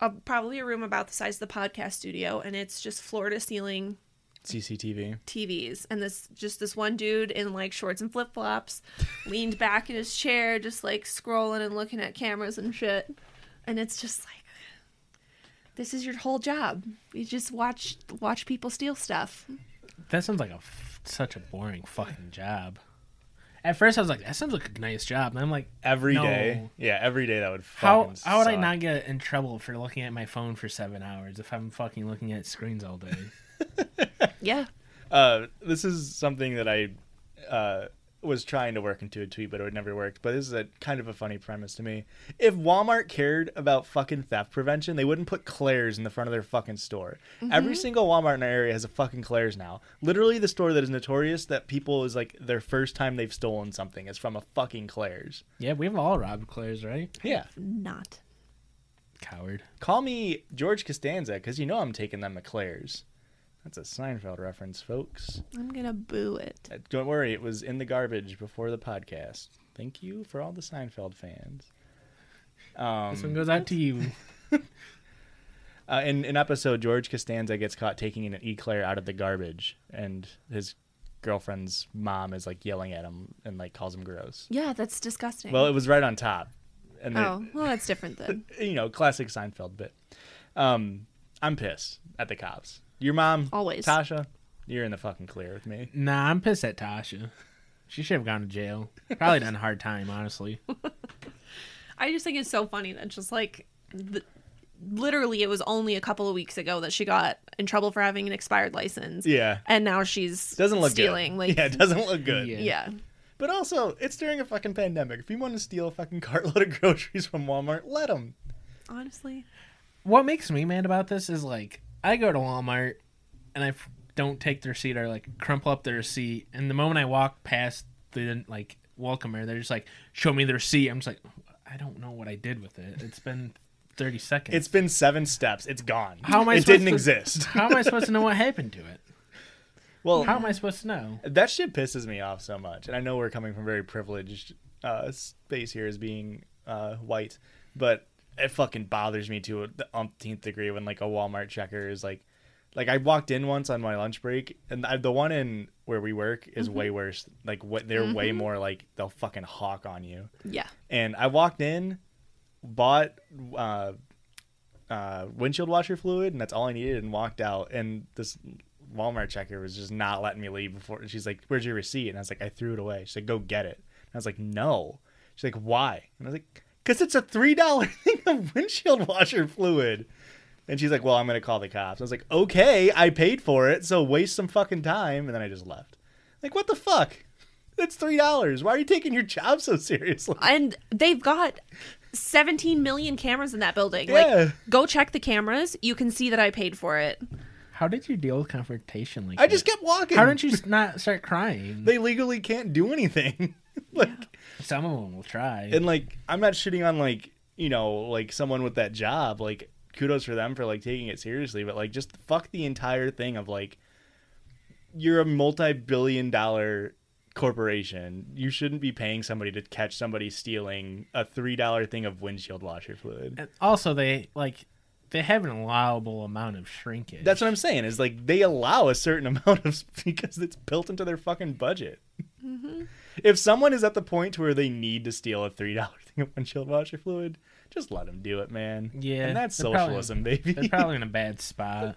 [SPEAKER 3] a, probably a room about the size of the podcast studio, and it's just floor to ceiling
[SPEAKER 1] CCTV.
[SPEAKER 3] TVs and this just this one dude in like shorts and flip flops leaned back in his chair just like scrolling and looking at cameras and shit. And it's just like this is your whole job. You just watch watch people steal stuff.
[SPEAKER 2] That sounds like a f- such a boring fucking job. At first, I was like, "That sounds like a nice job," and I'm like,
[SPEAKER 1] Every day.
[SPEAKER 2] No.
[SPEAKER 1] Yeah, every day that would
[SPEAKER 2] "How
[SPEAKER 1] fucking
[SPEAKER 2] how would I
[SPEAKER 1] suck.
[SPEAKER 2] not get in trouble for looking at my phone for seven hours if I'm fucking looking at screens all day?"
[SPEAKER 3] Yeah.
[SPEAKER 1] Uh, this is something that I uh, was trying to work into a tweet, but it never worked. But this is a kind of a funny premise to me. If Walmart cared about fucking theft prevention, they wouldn't put Claire's in the front of their fucking store. Every single Walmart in our area has a fucking Claire's now. Literally, the store that is notorious that people is like their first time they've stolen something is from a fucking Claire's.
[SPEAKER 2] yeah, we've all robbed Claire's, right?
[SPEAKER 1] Yeah.
[SPEAKER 3] Not.
[SPEAKER 2] Coward.
[SPEAKER 1] Call me George Costanza because you know I'm taking them to Claire's. That's a Seinfeld reference, folks.
[SPEAKER 3] I'm gonna boo it.
[SPEAKER 1] Uh, Don't worry, it was in the garbage before the podcast. Thank you for all the Seinfeld fans.
[SPEAKER 2] this
[SPEAKER 1] Um,
[SPEAKER 2] one goes out to you.
[SPEAKER 1] Uh, in an episode, George Costanza gets caught taking an eclair out of the garbage, and his girlfriend's mom is like yelling at him and like calls him gross.
[SPEAKER 3] Yeah, that's disgusting.
[SPEAKER 1] Well, it was right on top, and they-
[SPEAKER 3] oh, well that's different then.
[SPEAKER 1] you know, classic Seinfeld bit. Um, I'm pissed at the cops. Your mom,
[SPEAKER 3] Always.
[SPEAKER 1] Tasha, you're in the fucking clear with me.
[SPEAKER 2] Nah, I'm pissed at Tasha. She should have gone to jail. Probably done a hard time, honestly.
[SPEAKER 3] I just think it's so funny that just like the, literally it was only a couple of weeks ago that she got in trouble for having an expired license.
[SPEAKER 1] Yeah,
[SPEAKER 3] And now she's
[SPEAKER 1] doesn't look
[SPEAKER 3] stealing
[SPEAKER 1] good.
[SPEAKER 3] like
[SPEAKER 1] yeah, it doesn't look good.
[SPEAKER 2] Yeah.
[SPEAKER 3] Yeah.
[SPEAKER 1] But also, it's during a fucking pandemic. If you want to steal a fucking cartload of groceries from Walmart, let them.
[SPEAKER 3] Honestly.
[SPEAKER 2] What makes me mad about this is like I go to Walmart and I f- don't take the receipt or like crumple up the receipt, and the moment I walk past the like welcomer, they're just like, "Show me the receipt." I'm just like, I don't know what I did with it. It's been thirty seconds.
[SPEAKER 1] It's been seven steps. It's gone.
[SPEAKER 2] How am I
[SPEAKER 1] It didn't
[SPEAKER 2] supposed to-
[SPEAKER 1] exist.
[SPEAKER 2] How am I supposed to know what happened to it?
[SPEAKER 1] Well,
[SPEAKER 2] How am I supposed to know?
[SPEAKER 1] that shit pisses me off so much. And I know we're coming from very privileged uh, space here as being uh, white, but it fucking bothers me to the umpteenth degree when like a Walmart checker is like, like I walked in once on my lunch break, and I, the one in where we work
[SPEAKER 2] Mm-hmm.
[SPEAKER 1] is way worse. Like what they're way more like they'll fucking hawk on you.
[SPEAKER 3] Yeah.
[SPEAKER 1] and I walked in, bought uh, uh, windshield washer fluid, and that's all I needed, and walked out. And this Walmart checker was just not letting me leave before. She's like, "Where's your receipt?" And I was like, "I threw it away." She's like, "Go get it." And I was like, "No." She's like, "Why?" And I was like, "Cause it's a three dollar thing of windshield washer fluid." And she's like, "Well, I'm gonna call the cops." I was like, "Okay, I paid for it, so waste some fucking time." And then I just left. Like, what the fuck? That's three dollars. Why are you taking your job so seriously?
[SPEAKER 3] And they've got 17 million cameras in that building.
[SPEAKER 1] Yeah.
[SPEAKER 3] Like go check the cameras. You can see that I paid for it.
[SPEAKER 2] How did you deal with confrontation like
[SPEAKER 1] I just
[SPEAKER 2] that?
[SPEAKER 1] kept walking.
[SPEAKER 2] How didn't you s- not start crying?
[SPEAKER 1] They legally can't do anything. like
[SPEAKER 2] Some of them will try.
[SPEAKER 1] and like I'm not shitting on like you know like someone with that job. Like kudos for them for like taking it seriously, but like just fuck the entire thing of like you're a multi-billion dollar corporation. You shouldn't be paying somebody to catch somebody stealing a three dollar thing of windshield washer fluid.
[SPEAKER 2] And also, they like they have an allowable amount of shrinkage.
[SPEAKER 1] That's what I'm saying. Is like they allow a certain amount of because it's built into their fucking budget. If someone is at the point where they need to steal a three dollar thing of windshield washer fluid, just let them do it, man.
[SPEAKER 2] yeah,
[SPEAKER 1] and that's
[SPEAKER 2] they're probably-
[SPEAKER 1] socialism, baby.
[SPEAKER 2] They're probably in a bad spot.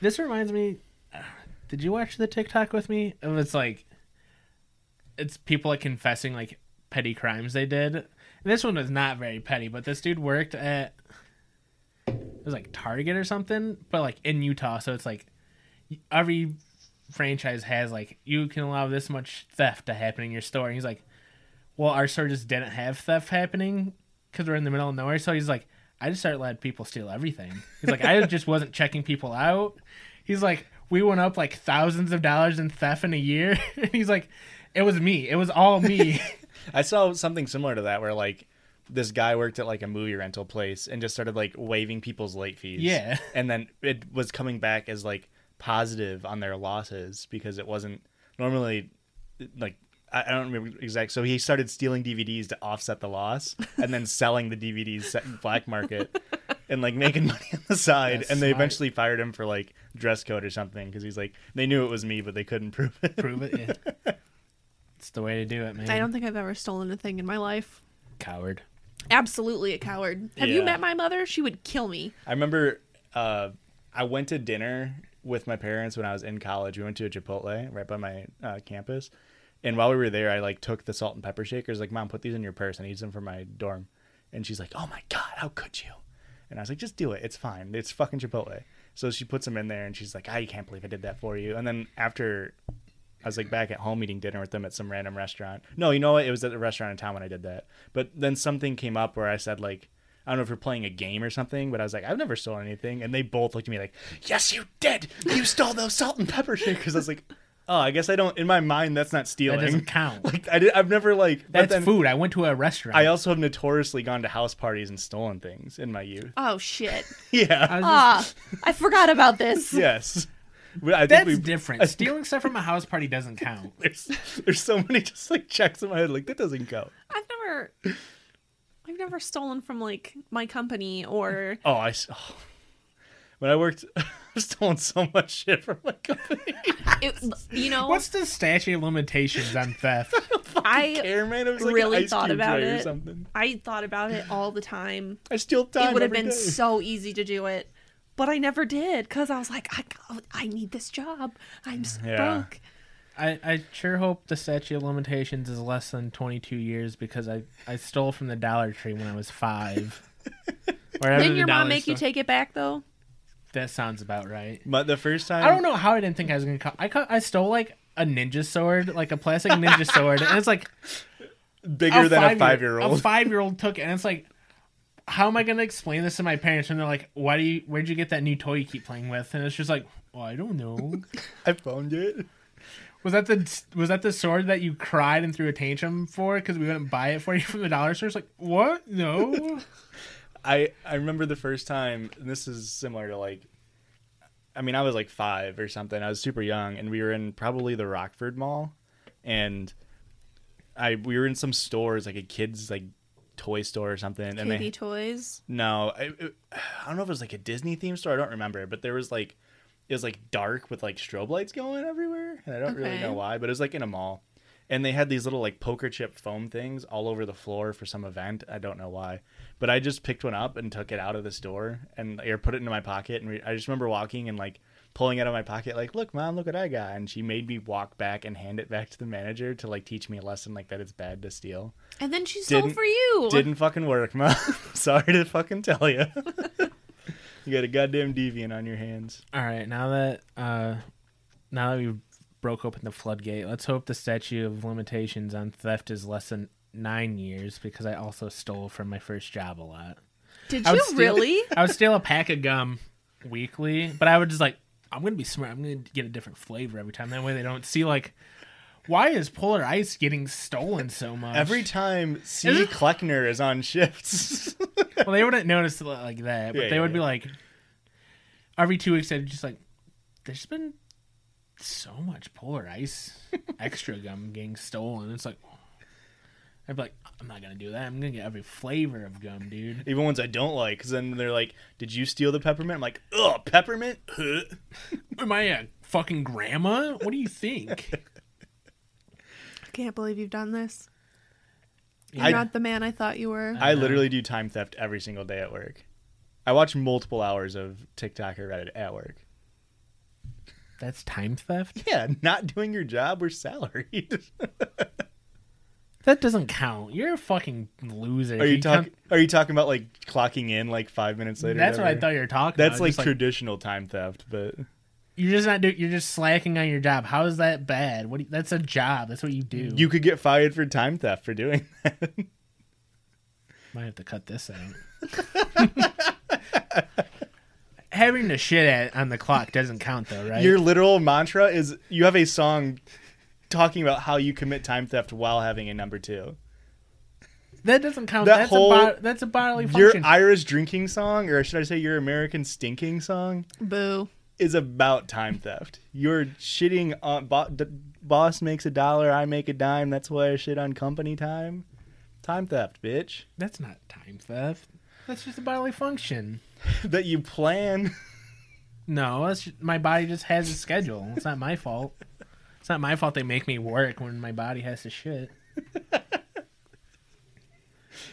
[SPEAKER 2] This reminds me. Did you watch the TikTok with me? Of it's like, it's people like confessing like petty crimes they did. And this one was not very petty, but this dude worked at it was like Target or something, but like in Utah, so it's like every franchise has like you can allow this much theft to happen in your store. And he's like, well, our store just didn't have theft happening because we're in the middle of nowhere. So he's like, I just started letting people steal everything. He's like, I just wasn't checking people out. He's like, we went up like thousands of dollars in theft in a year. and he's like, it was me. It was all me.
[SPEAKER 1] I saw something similar to that where like this guy worked at like a movie rental place and just started like waiving people's late fees.
[SPEAKER 2] Yeah.
[SPEAKER 1] And then it was coming back as like positive on their losses because it wasn't normally like I I don't remember exact. So he started stealing DVDs to offset the loss, and then selling the DVDs set- black market, and like making money on the side.
[SPEAKER 2] That's
[SPEAKER 1] and they
[SPEAKER 2] smart.
[SPEAKER 1] eventually fired him for like dress code or something because he's like they knew it was me, but they couldn't prove it.
[SPEAKER 2] Prove it. Yeah. It's the way to do it, man.
[SPEAKER 3] I don't think I've ever stolen a thing in my life.
[SPEAKER 2] Coward.
[SPEAKER 3] Absolutely a coward. Have you
[SPEAKER 1] Yeah.
[SPEAKER 3] met my mother? She would kill me.
[SPEAKER 1] I remember uh, I went to dinner with my parents when I was in college. We went to a Chipotle right by my uh, campus, and while we were there, I like took the salt and pepper shakers. Like, mom, put these in your purse. I need some for my dorm. And she's like, "Oh my god, how could you?" And I was like, "Just do it. It's fine. It's fucking Chipotle." So she puts them in there, and she's like, "I can't believe I did that for you." And then after. I was like back at home eating dinner with them at some random restaurant. No, you know what? It was at the restaurant in town when I did that. But then something came up where I said like, I don't know if we're playing a game or something, but I was like, I've never stolen anything, and they both looked at me like, Yes, you did. You stole those salt and pepper shakers. I was like, Oh, I guess I don't. In my mind, that's not stealing.
[SPEAKER 2] doesn't count.
[SPEAKER 1] Like I did, I've never like. but
[SPEAKER 2] That's
[SPEAKER 1] then
[SPEAKER 2] food. I went to a restaurant.
[SPEAKER 1] I also have notoriously gone to house parties and stolen things in my youth.
[SPEAKER 3] Oh shit.
[SPEAKER 1] Yeah.
[SPEAKER 2] I was just-
[SPEAKER 3] Ah, I forgot about this.
[SPEAKER 1] yes. We- I think
[SPEAKER 2] that's
[SPEAKER 1] we've-
[SPEAKER 2] different. Stealing stuff from a house party doesn't count.
[SPEAKER 1] There's, there's so many just like checks in my head like that doesn't go.
[SPEAKER 3] I've never I've never stolen from like my company or
[SPEAKER 1] Oh, I. s- oh. When I worked, I've stolen so much shit from my company.
[SPEAKER 3] it, you know
[SPEAKER 2] What's the statute of limitations on theft?
[SPEAKER 3] I
[SPEAKER 1] Care, man. It was like
[SPEAKER 3] Really
[SPEAKER 1] an ice
[SPEAKER 3] thought
[SPEAKER 1] cube
[SPEAKER 3] about
[SPEAKER 1] tray or
[SPEAKER 3] it.
[SPEAKER 1] something.
[SPEAKER 3] I thought about it all the time.
[SPEAKER 1] I steal time.
[SPEAKER 3] it would have
[SPEAKER 1] every
[SPEAKER 3] been
[SPEAKER 1] day.
[SPEAKER 3] so easy to do it, but I never did cuz I was like I I need this job. I'm s-
[SPEAKER 1] Yeah.
[SPEAKER 3] broke.
[SPEAKER 2] I, I sure hope the statute of limitations is less than 22 years because I, I stole from the Dollar Tree when I was five. Wherever
[SPEAKER 3] Didn't
[SPEAKER 2] the
[SPEAKER 3] your
[SPEAKER 2] dollar
[SPEAKER 3] mom make you
[SPEAKER 2] store-
[SPEAKER 3] take it back though?
[SPEAKER 2] That sounds about right.
[SPEAKER 1] But the first time,
[SPEAKER 2] I don't know how I didn't think I was gonna. Call, I ca- I stole like a ninja sword, like a plastic ninja sword, and it's like
[SPEAKER 1] Bigger than a
[SPEAKER 2] five-year-
[SPEAKER 1] five year
[SPEAKER 2] A
[SPEAKER 1] old.
[SPEAKER 2] five year old took it, and it's like, how am I gonna explain this to my parents? And they're like, why do you? Where'd you get that new toy you keep playing with? And it's just like, well, I don't know.
[SPEAKER 1] I found it.
[SPEAKER 2] Was that the was that the sword that you cried and threw a tantrum for because we wouldn't buy it for you from the dollar store? It's like what? No.
[SPEAKER 1] I I remember the first time. And this is similar to like, I mean, I was like five or something. I was super young, and we were in probably the Rockford Mall, and I we were in some stores like a kids like toy store or something, and
[SPEAKER 3] KB
[SPEAKER 1] they
[SPEAKER 3] toys.
[SPEAKER 1] No, I, it- I don't know if it was like a Disney theme store. I don't remember, but there was like it was like dark with like strobe lights going everywhere, and I don't really
[SPEAKER 3] Okay.
[SPEAKER 1] know why, but it was like in a mall, and they had these little like poker chip foam things all over the floor for some event. I don't know why, but I just picked one up and took it out of the store and or put it into my pocket, and re- I just remember walking and like pulling it out of my pocket like look mom look what i got and she made me walk back and hand it back to the manager to like teach me a lesson like that it's bad to steal
[SPEAKER 3] And then she stole
[SPEAKER 1] Didn't-
[SPEAKER 3] for you.
[SPEAKER 1] didn't fucking work, mom. Sorry to fucking tell you. you got a goddamn deviant on your hands.
[SPEAKER 2] All right, now that uh, now that we've broke open the floodgate, let's hope the statute of limitations on theft is less than nine years because I also stole from my first job a lot.
[SPEAKER 3] Did
[SPEAKER 2] I would
[SPEAKER 3] you
[SPEAKER 2] steal-
[SPEAKER 3] really?
[SPEAKER 2] I would steal a pack of gum weekly, but I would just like I'm gonna be smart. I'm gonna get a different flavor every time. That way they don't see like why is Polar Ice getting stolen so much
[SPEAKER 1] Every time C. Kleckner is on shifts.
[SPEAKER 2] well, they wouldn't notice it like that, but
[SPEAKER 1] Yeah,
[SPEAKER 2] they
[SPEAKER 1] yeah,
[SPEAKER 2] would be
[SPEAKER 1] yeah.
[SPEAKER 2] like, every two weeks, they'd just like, there's been so much polar ice extra gum getting stolen. It's like I'd be like, I'm not gonna do that. I'm gonna get every flavor of gum, dude.
[SPEAKER 1] Even ones I don't like, because then they're like, "Did you steal the peppermint?" I'm like, "Ugh, peppermint." Huh."
[SPEAKER 2] Am I a fucking grandma? What do you think?
[SPEAKER 3] I can't believe you've done this. You're
[SPEAKER 1] I-
[SPEAKER 3] not the man I thought you were.
[SPEAKER 1] I literally do time theft every single day at work. I watch multiple hours of TikTok or Reddit at work.
[SPEAKER 2] That's time theft.
[SPEAKER 1] Yeah, not doing your job. We're salaried.
[SPEAKER 2] That doesn't count. You're a fucking loser.
[SPEAKER 1] Are you
[SPEAKER 2] count-
[SPEAKER 1] talking? Are you talking about like clocking in like five minutes later? or
[SPEAKER 2] That's what I
[SPEAKER 1] whatever?
[SPEAKER 2] thought you were talking.
[SPEAKER 1] That's
[SPEAKER 2] about.
[SPEAKER 1] like,
[SPEAKER 2] Just
[SPEAKER 1] traditional time theft, but
[SPEAKER 2] you're just not. Do- you're just slacking on your job. How is that bad? What? do you- that's a job. That's what you do.
[SPEAKER 1] you could get fired for time theft for doing that.
[SPEAKER 2] Might have to cut this out. Having the shit at on the clock doesn't count though, right?
[SPEAKER 1] Your literal mantra is you have a song talking about how you commit time theft while having a number two.
[SPEAKER 2] that doesn't count.
[SPEAKER 1] that
[SPEAKER 2] that's
[SPEAKER 1] whole-
[SPEAKER 2] a bod- that's a bodily
[SPEAKER 1] Your
[SPEAKER 2] function.
[SPEAKER 1] Irish drinking song, or should I say your American stinking song,
[SPEAKER 3] Boo.
[SPEAKER 1] is about time theft. You're shitting on bo- d- boss makes a dollar, I make a dime. That's why I shit on company time. Time theft, bitch.
[SPEAKER 2] that's not time theft. That's just a bodily function.
[SPEAKER 1] that you plan.
[SPEAKER 2] No, that's ju- my body just has a schedule. It's not my fault. It's not my fault they make me work when my body has to shit.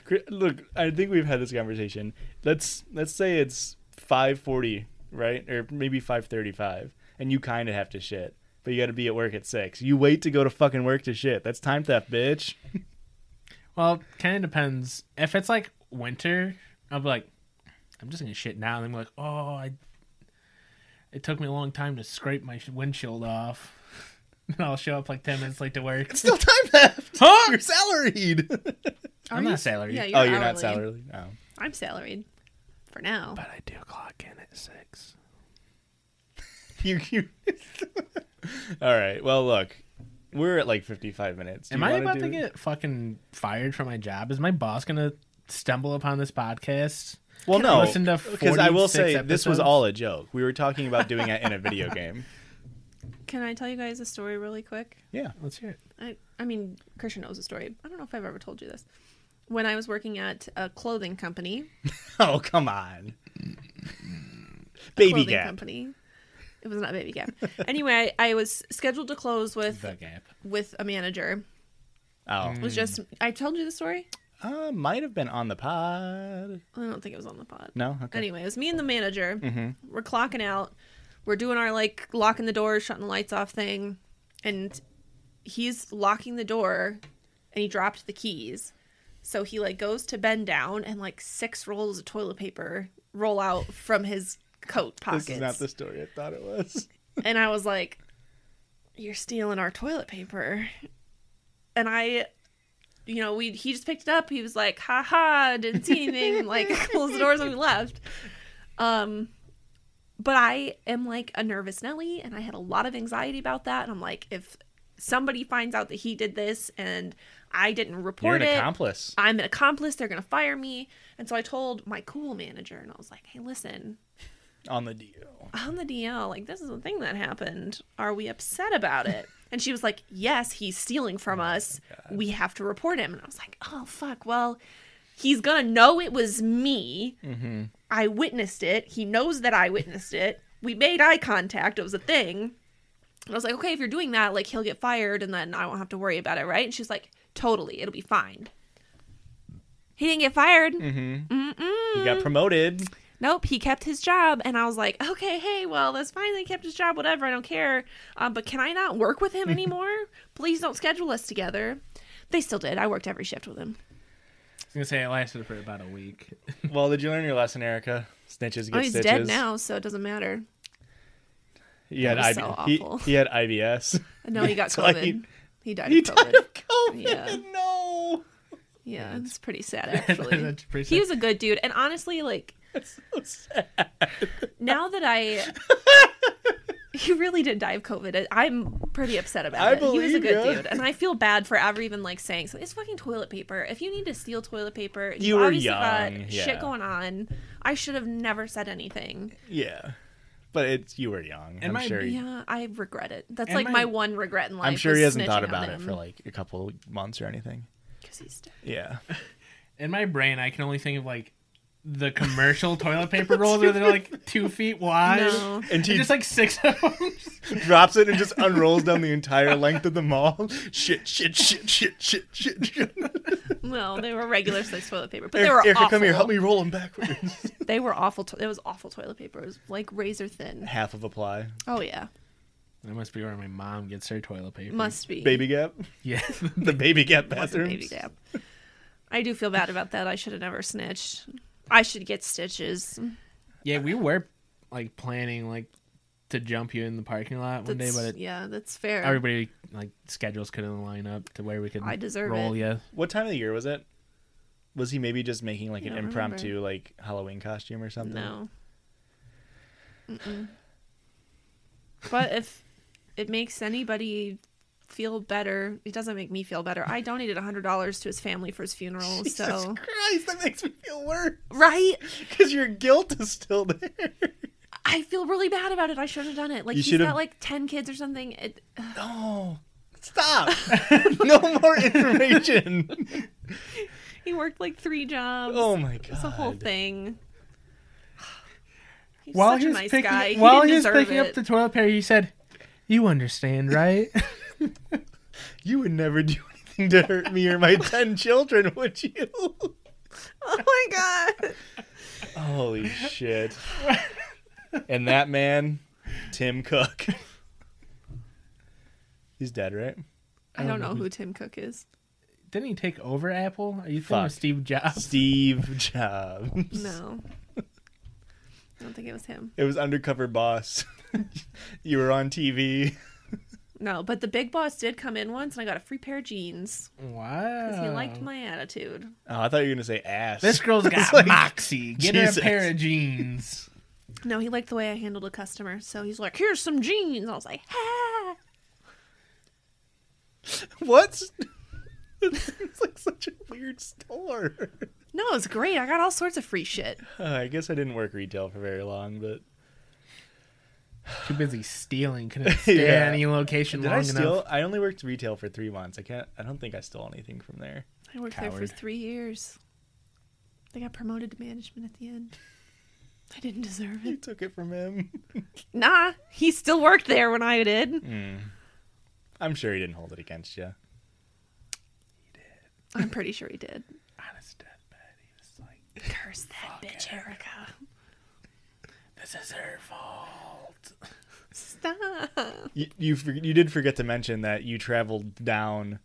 [SPEAKER 1] Cri- Look, I think we've had this conversation. Let's let's say it's five forty, right, or maybe five thirty-five, and you kind of have to shit, but you got to be at work at six. You wait to go to fucking work to shit. That's time theft, bitch.
[SPEAKER 2] Well, kind of depends. If it's like winter, I'll be like, I'm just gonna shit now, and I'm like, oh, I. It took me a long time to scrape my sh- windshield off. and I'll show up like ten minutes late to work.
[SPEAKER 1] Still time theft.
[SPEAKER 2] Huh?
[SPEAKER 1] You're salaried.
[SPEAKER 2] I'm not salaried.
[SPEAKER 3] Yeah,
[SPEAKER 1] oh, you're not
[SPEAKER 3] hourly.
[SPEAKER 1] salaried. No.
[SPEAKER 3] I'm salaried for now.
[SPEAKER 2] But I do clock in at six.
[SPEAKER 1] You. you... All right. Well, look, we're at like fifty-five minutes. Do
[SPEAKER 2] Am
[SPEAKER 1] you
[SPEAKER 2] I
[SPEAKER 1] wanna
[SPEAKER 2] about
[SPEAKER 1] do-
[SPEAKER 2] to get fucking fired from my job? Is my boss gonna stumble upon this podcast?
[SPEAKER 1] Well,
[SPEAKER 2] Can I
[SPEAKER 1] no,
[SPEAKER 2] listen to
[SPEAKER 1] because I will
[SPEAKER 2] 46
[SPEAKER 1] say this was
[SPEAKER 2] episodes?
[SPEAKER 1] all a joke. We were talking about doing it in a video game.
[SPEAKER 3] Can I tell you guys a story really quick?
[SPEAKER 1] Yeah.
[SPEAKER 2] Let's hear it.
[SPEAKER 3] I, I mean, Christian knows the story. I don't know if I've ever told you this. When I was working at a clothing company,
[SPEAKER 1] Oh, come on. Baby
[SPEAKER 3] clothing
[SPEAKER 1] Gap.
[SPEAKER 3] company, it was not Baby Gap. anyway, I, I was scheduled to close with
[SPEAKER 2] The gap.
[SPEAKER 3] with a manager.
[SPEAKER 1] Oh,
[SPEAKER 3] It was just I told you the story.
[SPEAKER 1] uh, might have been on the pod.
[SPEAKER 3] I don't think it was on the pod.
[SPEAKER 1] No, okay. Mm-hmm.
[SPEAKER 3] Anyway, it was me and the manager. We're clocking out. We're doing our like locking the door, shutting the lights off thing, and he's locking the door, and he dropped the keys. So he like goes to bend down, and like six rolls of toilet paper roll out from his coat pockets.
[SPEAKER 1] This is not the story I thought it was.
[SPEAKER 3] and I was like, "You're stealing our toilet paper," and I, you know, we he just picked it up. He was like, "Ha ha!" Didn't see anything. like closed the doors and we left. Um, but I am like a nervous Nelly, and I had a lot of anxiety about that. And I'm like, if somebody finds out that he did this and I didn't
[SPEAKER 1] You're
[SPEAKER 3] report
[SPEAKER 1] an
[SPEAKER 3] it,
[SPEAKER 1] accomplice.
[SPEAKER 3] I'm an accomplice. They're gonna fire me. And so I told my cool manager, and I was like, "Hey, listen,
[SPEAKER 1] On the deal.
[SPEAKER 3] on the DL, like, this is the thing that happened. Are we upset about it? And she was like, Yes, he's stealing from us. We have to report him. And I was like, Oh, fuck. Well, he's going to know it was me. I witnessed it. He knows that I witnessed it. We made eye contact. It was a thing. And I was like, Okay, if you're doing that, like, he'll get fired and then I won't have to worry about it, right? And she's like, Totally. It'll be fine. He didn't get fired.
[SPEAKER 1] You got promoted.
[SPEAKER 3] Nope, he kept his job. And I was like, okay, hey, well, that's fine. They kept his job, whatever. I don't care. Um, but can I not work with him anymore? Please don't schedule us together. They still did. I worked every shift with him.
[SPEAKER 2] I was gonna say it lasted for about a week.
[SPEAKER 1] Well, did you learn your lesson, Erica? Snitches get
[SPEAKER 3] Oh, he's
[SPEAKER 1] stitches.
[SPEAKER 3] dead now, so it doesn't matter.
[SPEAKER 1] He had,
[SPEAKER 3] That was
[SPEAKER 1] IB-
[SPEAKER 3] so
[SPEAKER 1] he-
[SPEAKER 3] awful.
[SPEAKER 1] He, had IBS.
[SPEAKER 3] No, he got
[SPEAKER 1] That's why
[SPEAKER 3] COVID.
[SPEAKER 1] he-
[SPEAKER 3] He, died
[SPEAKER 1] he
[SPEAKER 3] of COVID.
[SPEAKER 1] died of COVID.
[SPEAKER 3] Yeah.
[SPEAKER 1] No.
[SPEAKER 3] Yeah, it's pretty sad, actually.
[SPEAKER 2] That's pretty
[SPEAKER 3] He
[SPEAKER 2] sad.
[SPEAKER 3] was a good dude. And honestly, like,
[SPEAKER 1] That's so sad.
[SPEAKER 3] now that I. He really did die of COVID. I'm pretty upset about
[SPEAKER 1] I
[SPEAKER 3] it. He was a
[SPEAKER 1] believe
[SPEAKER 3] good
[SPEAKER 1] ya.
[SPEAKER 3] dude, and I feel bad for ever even like saying so. It's fucking toilet paper. If you need to steal toilet paper,
[SPEAKER 1] You were
[SPEAKER 3] obviously got
[SPEAKER 1] young, yeah.
[SPEAKER 3] shit going on. I should have never said anything.
[SPEAKER 1] Yeah. but it's you were young. I'm
[SPEAKER 2] my-
[SPEAKER 1] sure. he-
[SPEAKER 3] Yeah, I regret it. That's
[SPEAKER 2] And
[SPEAKER 3] like my,
[SPEAKER 2] my-
[SPEAKER 3] one regret in life.
[SPEAKER 1] I'm sure he
[SPEAKER 3] is
[SPEAKER 1] hasn't thought
[SPEAKER 3] snitching on
[SPEAKER 1] about it for
[SPEAKER 3] him.
[SPEAKER 1] like a couple months or anything.
[SPEAKER 3] 'Cause he's dead.
[SPEAKER 1] Yeah.
[SPEAKER 2] In my brain, I can only think of like the commercial toilet paper rolls where they're like two feet wide.
[SPEAKER 3] No.
[SPEAKER 1] And
[SPEAKER 2] And
[SPEAKER 1] she-
[SPEAKER 2] just like six of them.
[SPEAKER 1] Drops it and just unrolls down the entire length of the mall. Shit, shit, shit, shit, shit, shit. shit.
[SPEAKER 3] No, they were regular sized toilet paper, but they were
[SPEAKER 1] Erica, Erica,
[SPEAKER 3] awful.
[SPEAKER 1] come here. Help me roll them backwards.
[SPEAKER 3] They were awful. To- it was awful toilet paper. It was like razor thin.
[SPEAKER 1] Half of a ply.
[SPEAKER 3] Oh yeah,
[SPEAKER 2] That must be where my mom gets her toilet paper.
[SPEAKER 3] must be
[SPEAKER 1] Baby Gap.
[SPEAKER 2] Yeah.
[SPEAKER 1] The Baby Gap
[SPEAKER 3] It wasn't
[SPEAKER 1] bathroom.
[SPEAKER 3] baby gap. I do feel bad about that. I should have never snitched. I should get stitches.
[SPEAKER 2] yeah, we were like planning like to jump you in the parking lot one day,
[SPEAKER 3] That's-
[SPEAKER 2] but it,
[SPEAKER 3] yeah, that's fair.
[SPEAKER 2] everybody like schedules couldn't line up to where we could
[SPEAKER 3] I deserve
[SPEAKER 2] roll
[SPEAKER 3] it.
[SPEAKER 2] you.
[SPEAKER 1] What time of the year was it? Was he maybe just making like
[SPEAKER 3] I
[SPEAKER 1] an
[SPEAKER 3] don't
[SPEAKER 1] impromptu like Halloween costume or something?
[SPEAKER 3] No. Mm-mm. But if it makes anybody feel better, it doesn't make me feel better. I donated hundred dollars to his family for his funeral,
[SPEAKER 1] Jesus
[SPEAKER 3] so
[SPEAKER 1] Christ, that makes me feel worse
[SPEAKER 3] right.
[SPEAKER 1] because your guilt is still there.
[SPEAKER 3] I feel really bad about it. I should have done it. Like
[SPEAKER 1] You
[SPEAKER 3] he's
[SPEAKER 1] should've-
[SPEAKER 3] got like ten kids or something. It,
[SPEAKER 1] No, stop. no more information.
[SPEAKER 3] he worked like three jobs.
[SPEAKER 1] Oh my god.
[SPEAKER 3] It's a whole thing. He's
[SPEAKER 2] While
[SPEAKER 3] such
[SPEAKER 2] he
[SPEAKER 3] a
[SPEAKER 2] was
[SPEAKER 3] nice
[SPEAKER 2] picking,
[SPEAKER 3] guy.
[SPEAKER 2] while
[SPEAKER 3] he
[SPEAKER 2] he was
[SPEAKER 3] deserved
[SPEAKER 2] picking up
[SPEAKER 3] it.
[SPEAKER 2] the toilet paper, he said, "You understand, right?"
[SPEAKER 1] You would never do anything to hurt me or my ten children, would you?
[SPEAKER 3] Oh my god.
[SPEAKER 1] Holy shit. and that man, Tim Cook. He's dead, right?
[SPEAKER 3] I don't know who Tim Cook is.
[SPEAKER 2] Didn't he take over Apple? Are you thinking
[SPEAKER 1] Fuck.
[SPEAKER 2] of Steve Jobs?
[SPEAKER 1] Steve Jobs.
[SPEAKER 3] No. I don't think it was him.
[SPEAKER 1] It was undercover boss. you were on TV.
[SPEAKER 3] No, but the big boss did come in once and I got a free pair of jeans
[SPEAKER 2] Wow.
[SPEAKER 3] because he liked my attitude.
[SPEAKER 1] Oh, I thought you were gonna say ass.
[SPEAKER 2] This girl's got
[SPEAKER 1] It's like-
[SPEAKER 2] moxie. Get
[SPEAKER 1] Jesus.
[SPEAKER 2] her a pair of jeans.
[SPEAKER 3] No, he liked the way I handled a customer. So he's like, here's some jeans. And I was like, ha.
[SPEAKER 1] What? it's like such a weird store.
[SPEAKER 3] No, it was great. I got all sorts of free shit.
[SPEAKER 1] Uh, I guess I didn't work retail for very long, but
[SPEAKER 2] Too busy stealing. Couldn't stay
[SPEAKER 1] Yeah.
[SPEAKER 2] at any location
[SPEAKER 1] did
[SPEAKER 2] long
[SPEAKER 1] I steal?
[SPEAKER 2] enough.
[SPEAKER 1] I only worked retail for three months. I can't. I don't think I stole anything from there.
[SPEAKER 3] I worked there for
[SPEAKER 2] Coward.
[SPEAKER 3] three years. They got promoted to management at the end. I didn't deserve
[SPEAKER 1] You
[SPEAKER 3] it.
[SPEAKER 1] took it from him.
[SPEAKER 3] Nah, he still worked there when I did.
[SPEAKER 1] I'm sure he didn't hold it against you.
[SPEAKER 3] I'm pretty sure he did.
[SPEAKER 2] On his deathbed, he was like,
[SPEAKER 3] Curse that bitch, Erica.
[SPEAKER 2] "This is her fault."
[SPEAKER 3] Stop.
[SPEAKER 1] You you, for- you did forget to mention that you traveled down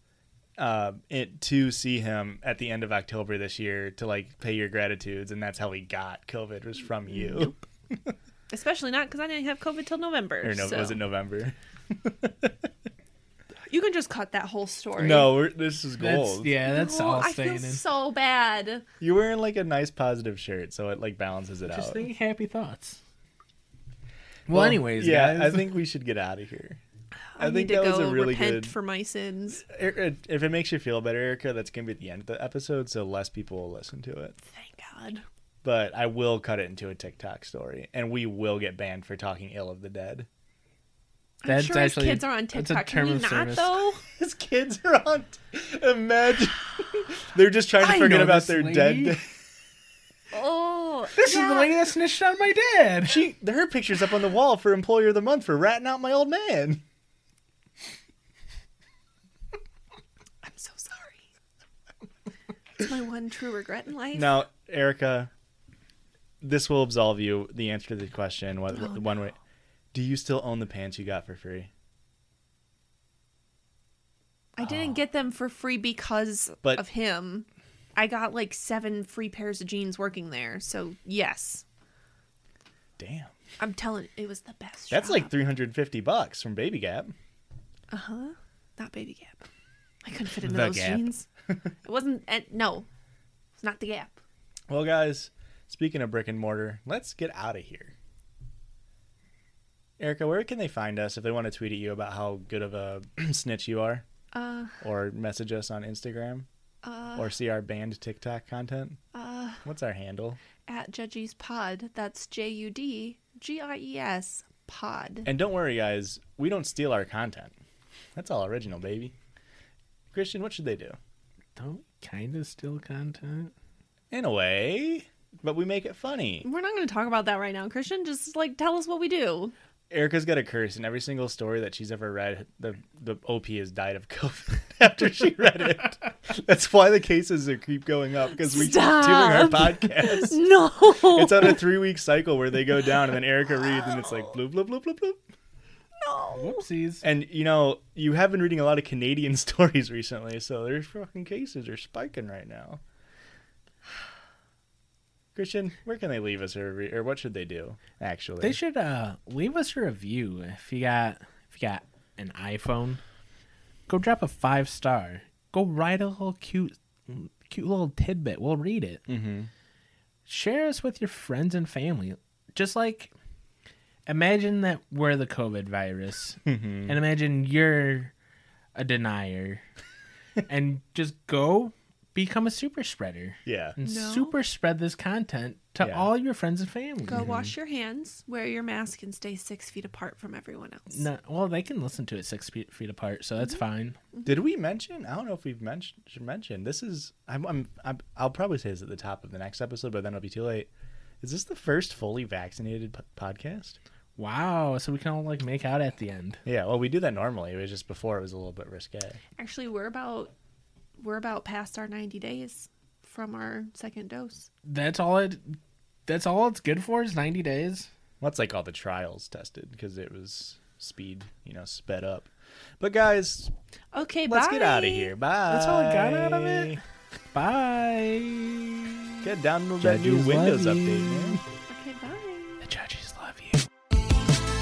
[SPEAKER 1] uh, it to see him at the end of October this year to like pay your gratitudes, and that's how he got COVID was from you.
[SPEAKER 3] Especially not because I didn't have COVID till November.
[SPEAKER 1] Or no,
[SPEAKER 3] so.
[SPEAKER 1] was it November?
[SPEAKER 3] You can just cut that whole story.
[SPEAKER 1] No, we're, this is
[SPEAKER 2] That's,
[SPEAKER 1] gold.
[SPEAKER 2] yeah, that's
[SPEAKER 3] No,
[SPEAKER 2] all
[SPEAKER 3] I
[SPEAKER 2] staying
[SPEAKER 3] feel
[SPEAKER 2] in.
[SPEAKER 3] so bad.
[SPEAKER 1] You're wearing like a nice positive shirt, so it like balances it
[SPEAKER 2] Just
[SPEAKER 1] out.
[SPEAKER 2] think happy thoughts. Well, anyways,
[SPEAKER 1] yeah,
[SPEAKER 2] guys.
[SPEAKER 1] I think we should get out of here. I,
[SPEAKER 3] I,
[SPEAKER 1] think
[SPEAKER 3] need to
[SPEAKER 1] that was
[SPEAKER 3] go
[SPEAKER 1] a really
[SPEAKER 3] repent
[SPEAKER 1] good.
[SPEAKER 3] for my sins.
[SPEAKER 1] Er- if it makes you feel better, Erica, that's gonna be at the end of the episode, so less people will listen to it.
[SPEAKER 3] Thank God.
[SPEAKER 1] But I will cut it into a TikTok story, and we will get banned for talking ill of the dead.
[SPEAKER 3] I'm
[SPEAKER 2] That's
[SPEAKER 3] sure his
[SPEAKER 2] actually-
[SPEAKER 3] kids are on
[SPEAKER 2] that's a
[SPEAKER 3] TikTok. Can
[SPEAKER 2] term
[SPEAKER 3] we
[SPEAKER 2] of
[SPEAKER 3] not
[SPEAKER 2] service.
[SPEAKER 3] though?
[SPEAKER 1] His kids are on. Imagine they're just trying to
[SPEAKER 2] I
[SPEAKER 1] forget
[SPEAKER 2] know
[SPEAKER 1] about
[SPEAKER 2] this
[SPEAKER 1] their
[SPEAKER 2] lady.
[SPEAKER 1] dead.
[SPEAKER 3] Oh,
[SPEAKER 2] this is
[SPEAKER 3] yeah.
[SPEAKER 2] the lady that snitched on my dad.
[SPEAKER 1] She, her picture's up on the wall for Employer of the Month for ratting out my old man.
[SPEAKER 3] I'm so sorry. It's my one true regret in life.
[SPEAKER 1] Now, Erica, this will absolve you. The answer to the question, what,
[SPEAKER 3] Oh,
[SPEAKER 1] one way, do you still own the pants you got for free?
[SPEAKER 3] I didn't get them for free because
[SPEAKER 1] Oh. But-
[SPEAKER 3] of him. I got like seven free pairs of jeans working there. So yes,
[SPEAKER 1] Damn,
[SPEAKER 3] I'm telling. It was the best.
[SPEAKER 1] that's
[SPEAKER 3] job.
[SPEAKER 1] like 350 bucks from Baby Gap.
[SPEAKER 3] Uh huh. Not baby gap. I couldn't fit into
[SPEAKER 1] The
[SPEAKER 3] those
[SPEAKER 1] Gap.
[SPEAKER 3] jeans. It wasn't. And no, it's not the gap.
[SPEAKER 1] Well, guys, speaking of brick and mortar, let's get out of here. Erica, where can they find us if they want to tweet at you about how good of a snitch you are,
[SPEAKER 3] Uh,
[SPEAKER 1] or message us on Instagram,
[SPEAKER 3] uh,
[SPEAKER 1] or see our banned TikTok content?
[SPEAKER 3] uh,
[SPEAKER 1] What's our handle?
[SPEAKER 3] at Judgy's Pod. That's J U D G I E S pod.
[SPEAKER 1] And don't worry, guys, we don't steal our content. That's all original, baby. Christian, what should they do?
[SPEAKER 2] Don't kind of steal content.
[SPEAKER 1] In a way, but we make it funny.
[SPEAKER 3] We're not going to talk about that right now, Christian. Just like tell us what we do.
[SPEAKER 1] Erica's got a curse in every single story that she's ever read. The the OP has died of COVID after she read it. That's why the cases are keep going up because we keep doing our
[SPEAKER 3] Stop.
[SPEAKER 1] podcast.
[SPEAKER 3] No.
[SPEAKER 1] It's on a three week cycle where they go down and then Erica reads and it's like bloop bloop bloop bloop bloop.
[SPEAKER 2] Whoopsies.
[SPEAKER 1] And you know you have been reading a lot of Canadian stories recently, so their fucking cases are spiking right now. Christian, where can they leave us, or, re- or what should they do? Actually,
[SPEAKER 2] They should uh leave us a review if you got if you got an iPhone. Go drop a five star. Go write a little cute cute little tidbit. We'll read it. Mm-hmm. Share us with your friends and family. Just like imagine that we're the COVID virus, and imagine you're a denier, and just go become a super spreader
[SPEAKER 1] yeah.
[SPEAKER 2] and
[SPEAKER 3] No.
[SPEAKER 2] super spread this content to
[SPEAKER 1] Yeah.
[SPEAKER 2] all your friends and family.
[SPEAKER 3] Go wash your hands, wear your mask, and stay six feet apart from everyone else.
[SPEAKER 2] No, well, they can listen to it six feet, feet apart, so that's fine.
[SPEAKER 1] Did we mention? I don't know if we've mentioned. Should mention this is. I'm, I'm. I'm. I'll probably say this at the top of the next episode, but then it'll be too late. Is this the first fully vaccinated po- podcast?
[SPEAKER 2] Wow, so we can all like make out at the end.
[SPEAKER 1] Yeah. Well, we do that normally. It was just before it was a little bit risque.
[SPEAKER 3] Actually, we're about we're about past our 90 days from our second dose.
[SPEAKER 2] That's all it. That's all it's good for is ninety days.
[SPEAKER 1] Well, it's like all the trials tested because it was speed, you know, sped up. But guys,
[SPEAKER 3] Okay,
[SPEAKER 1] let's
[SPEAKER 3] bye.
[SPEAKER 1] get out of here. Bye.
[SPEAKER 2] That's all I got out of it. Bye.
[SPEAKER 1] Get download that new
[SPEAKER 2] Judges love
[SPEAKER 1] Windows
[SPEAKER 2] you.
[SPEAKER 1] update, man.
[SPEAKER 3] Okay, bye.
[SPEAKER 2] The judges love you.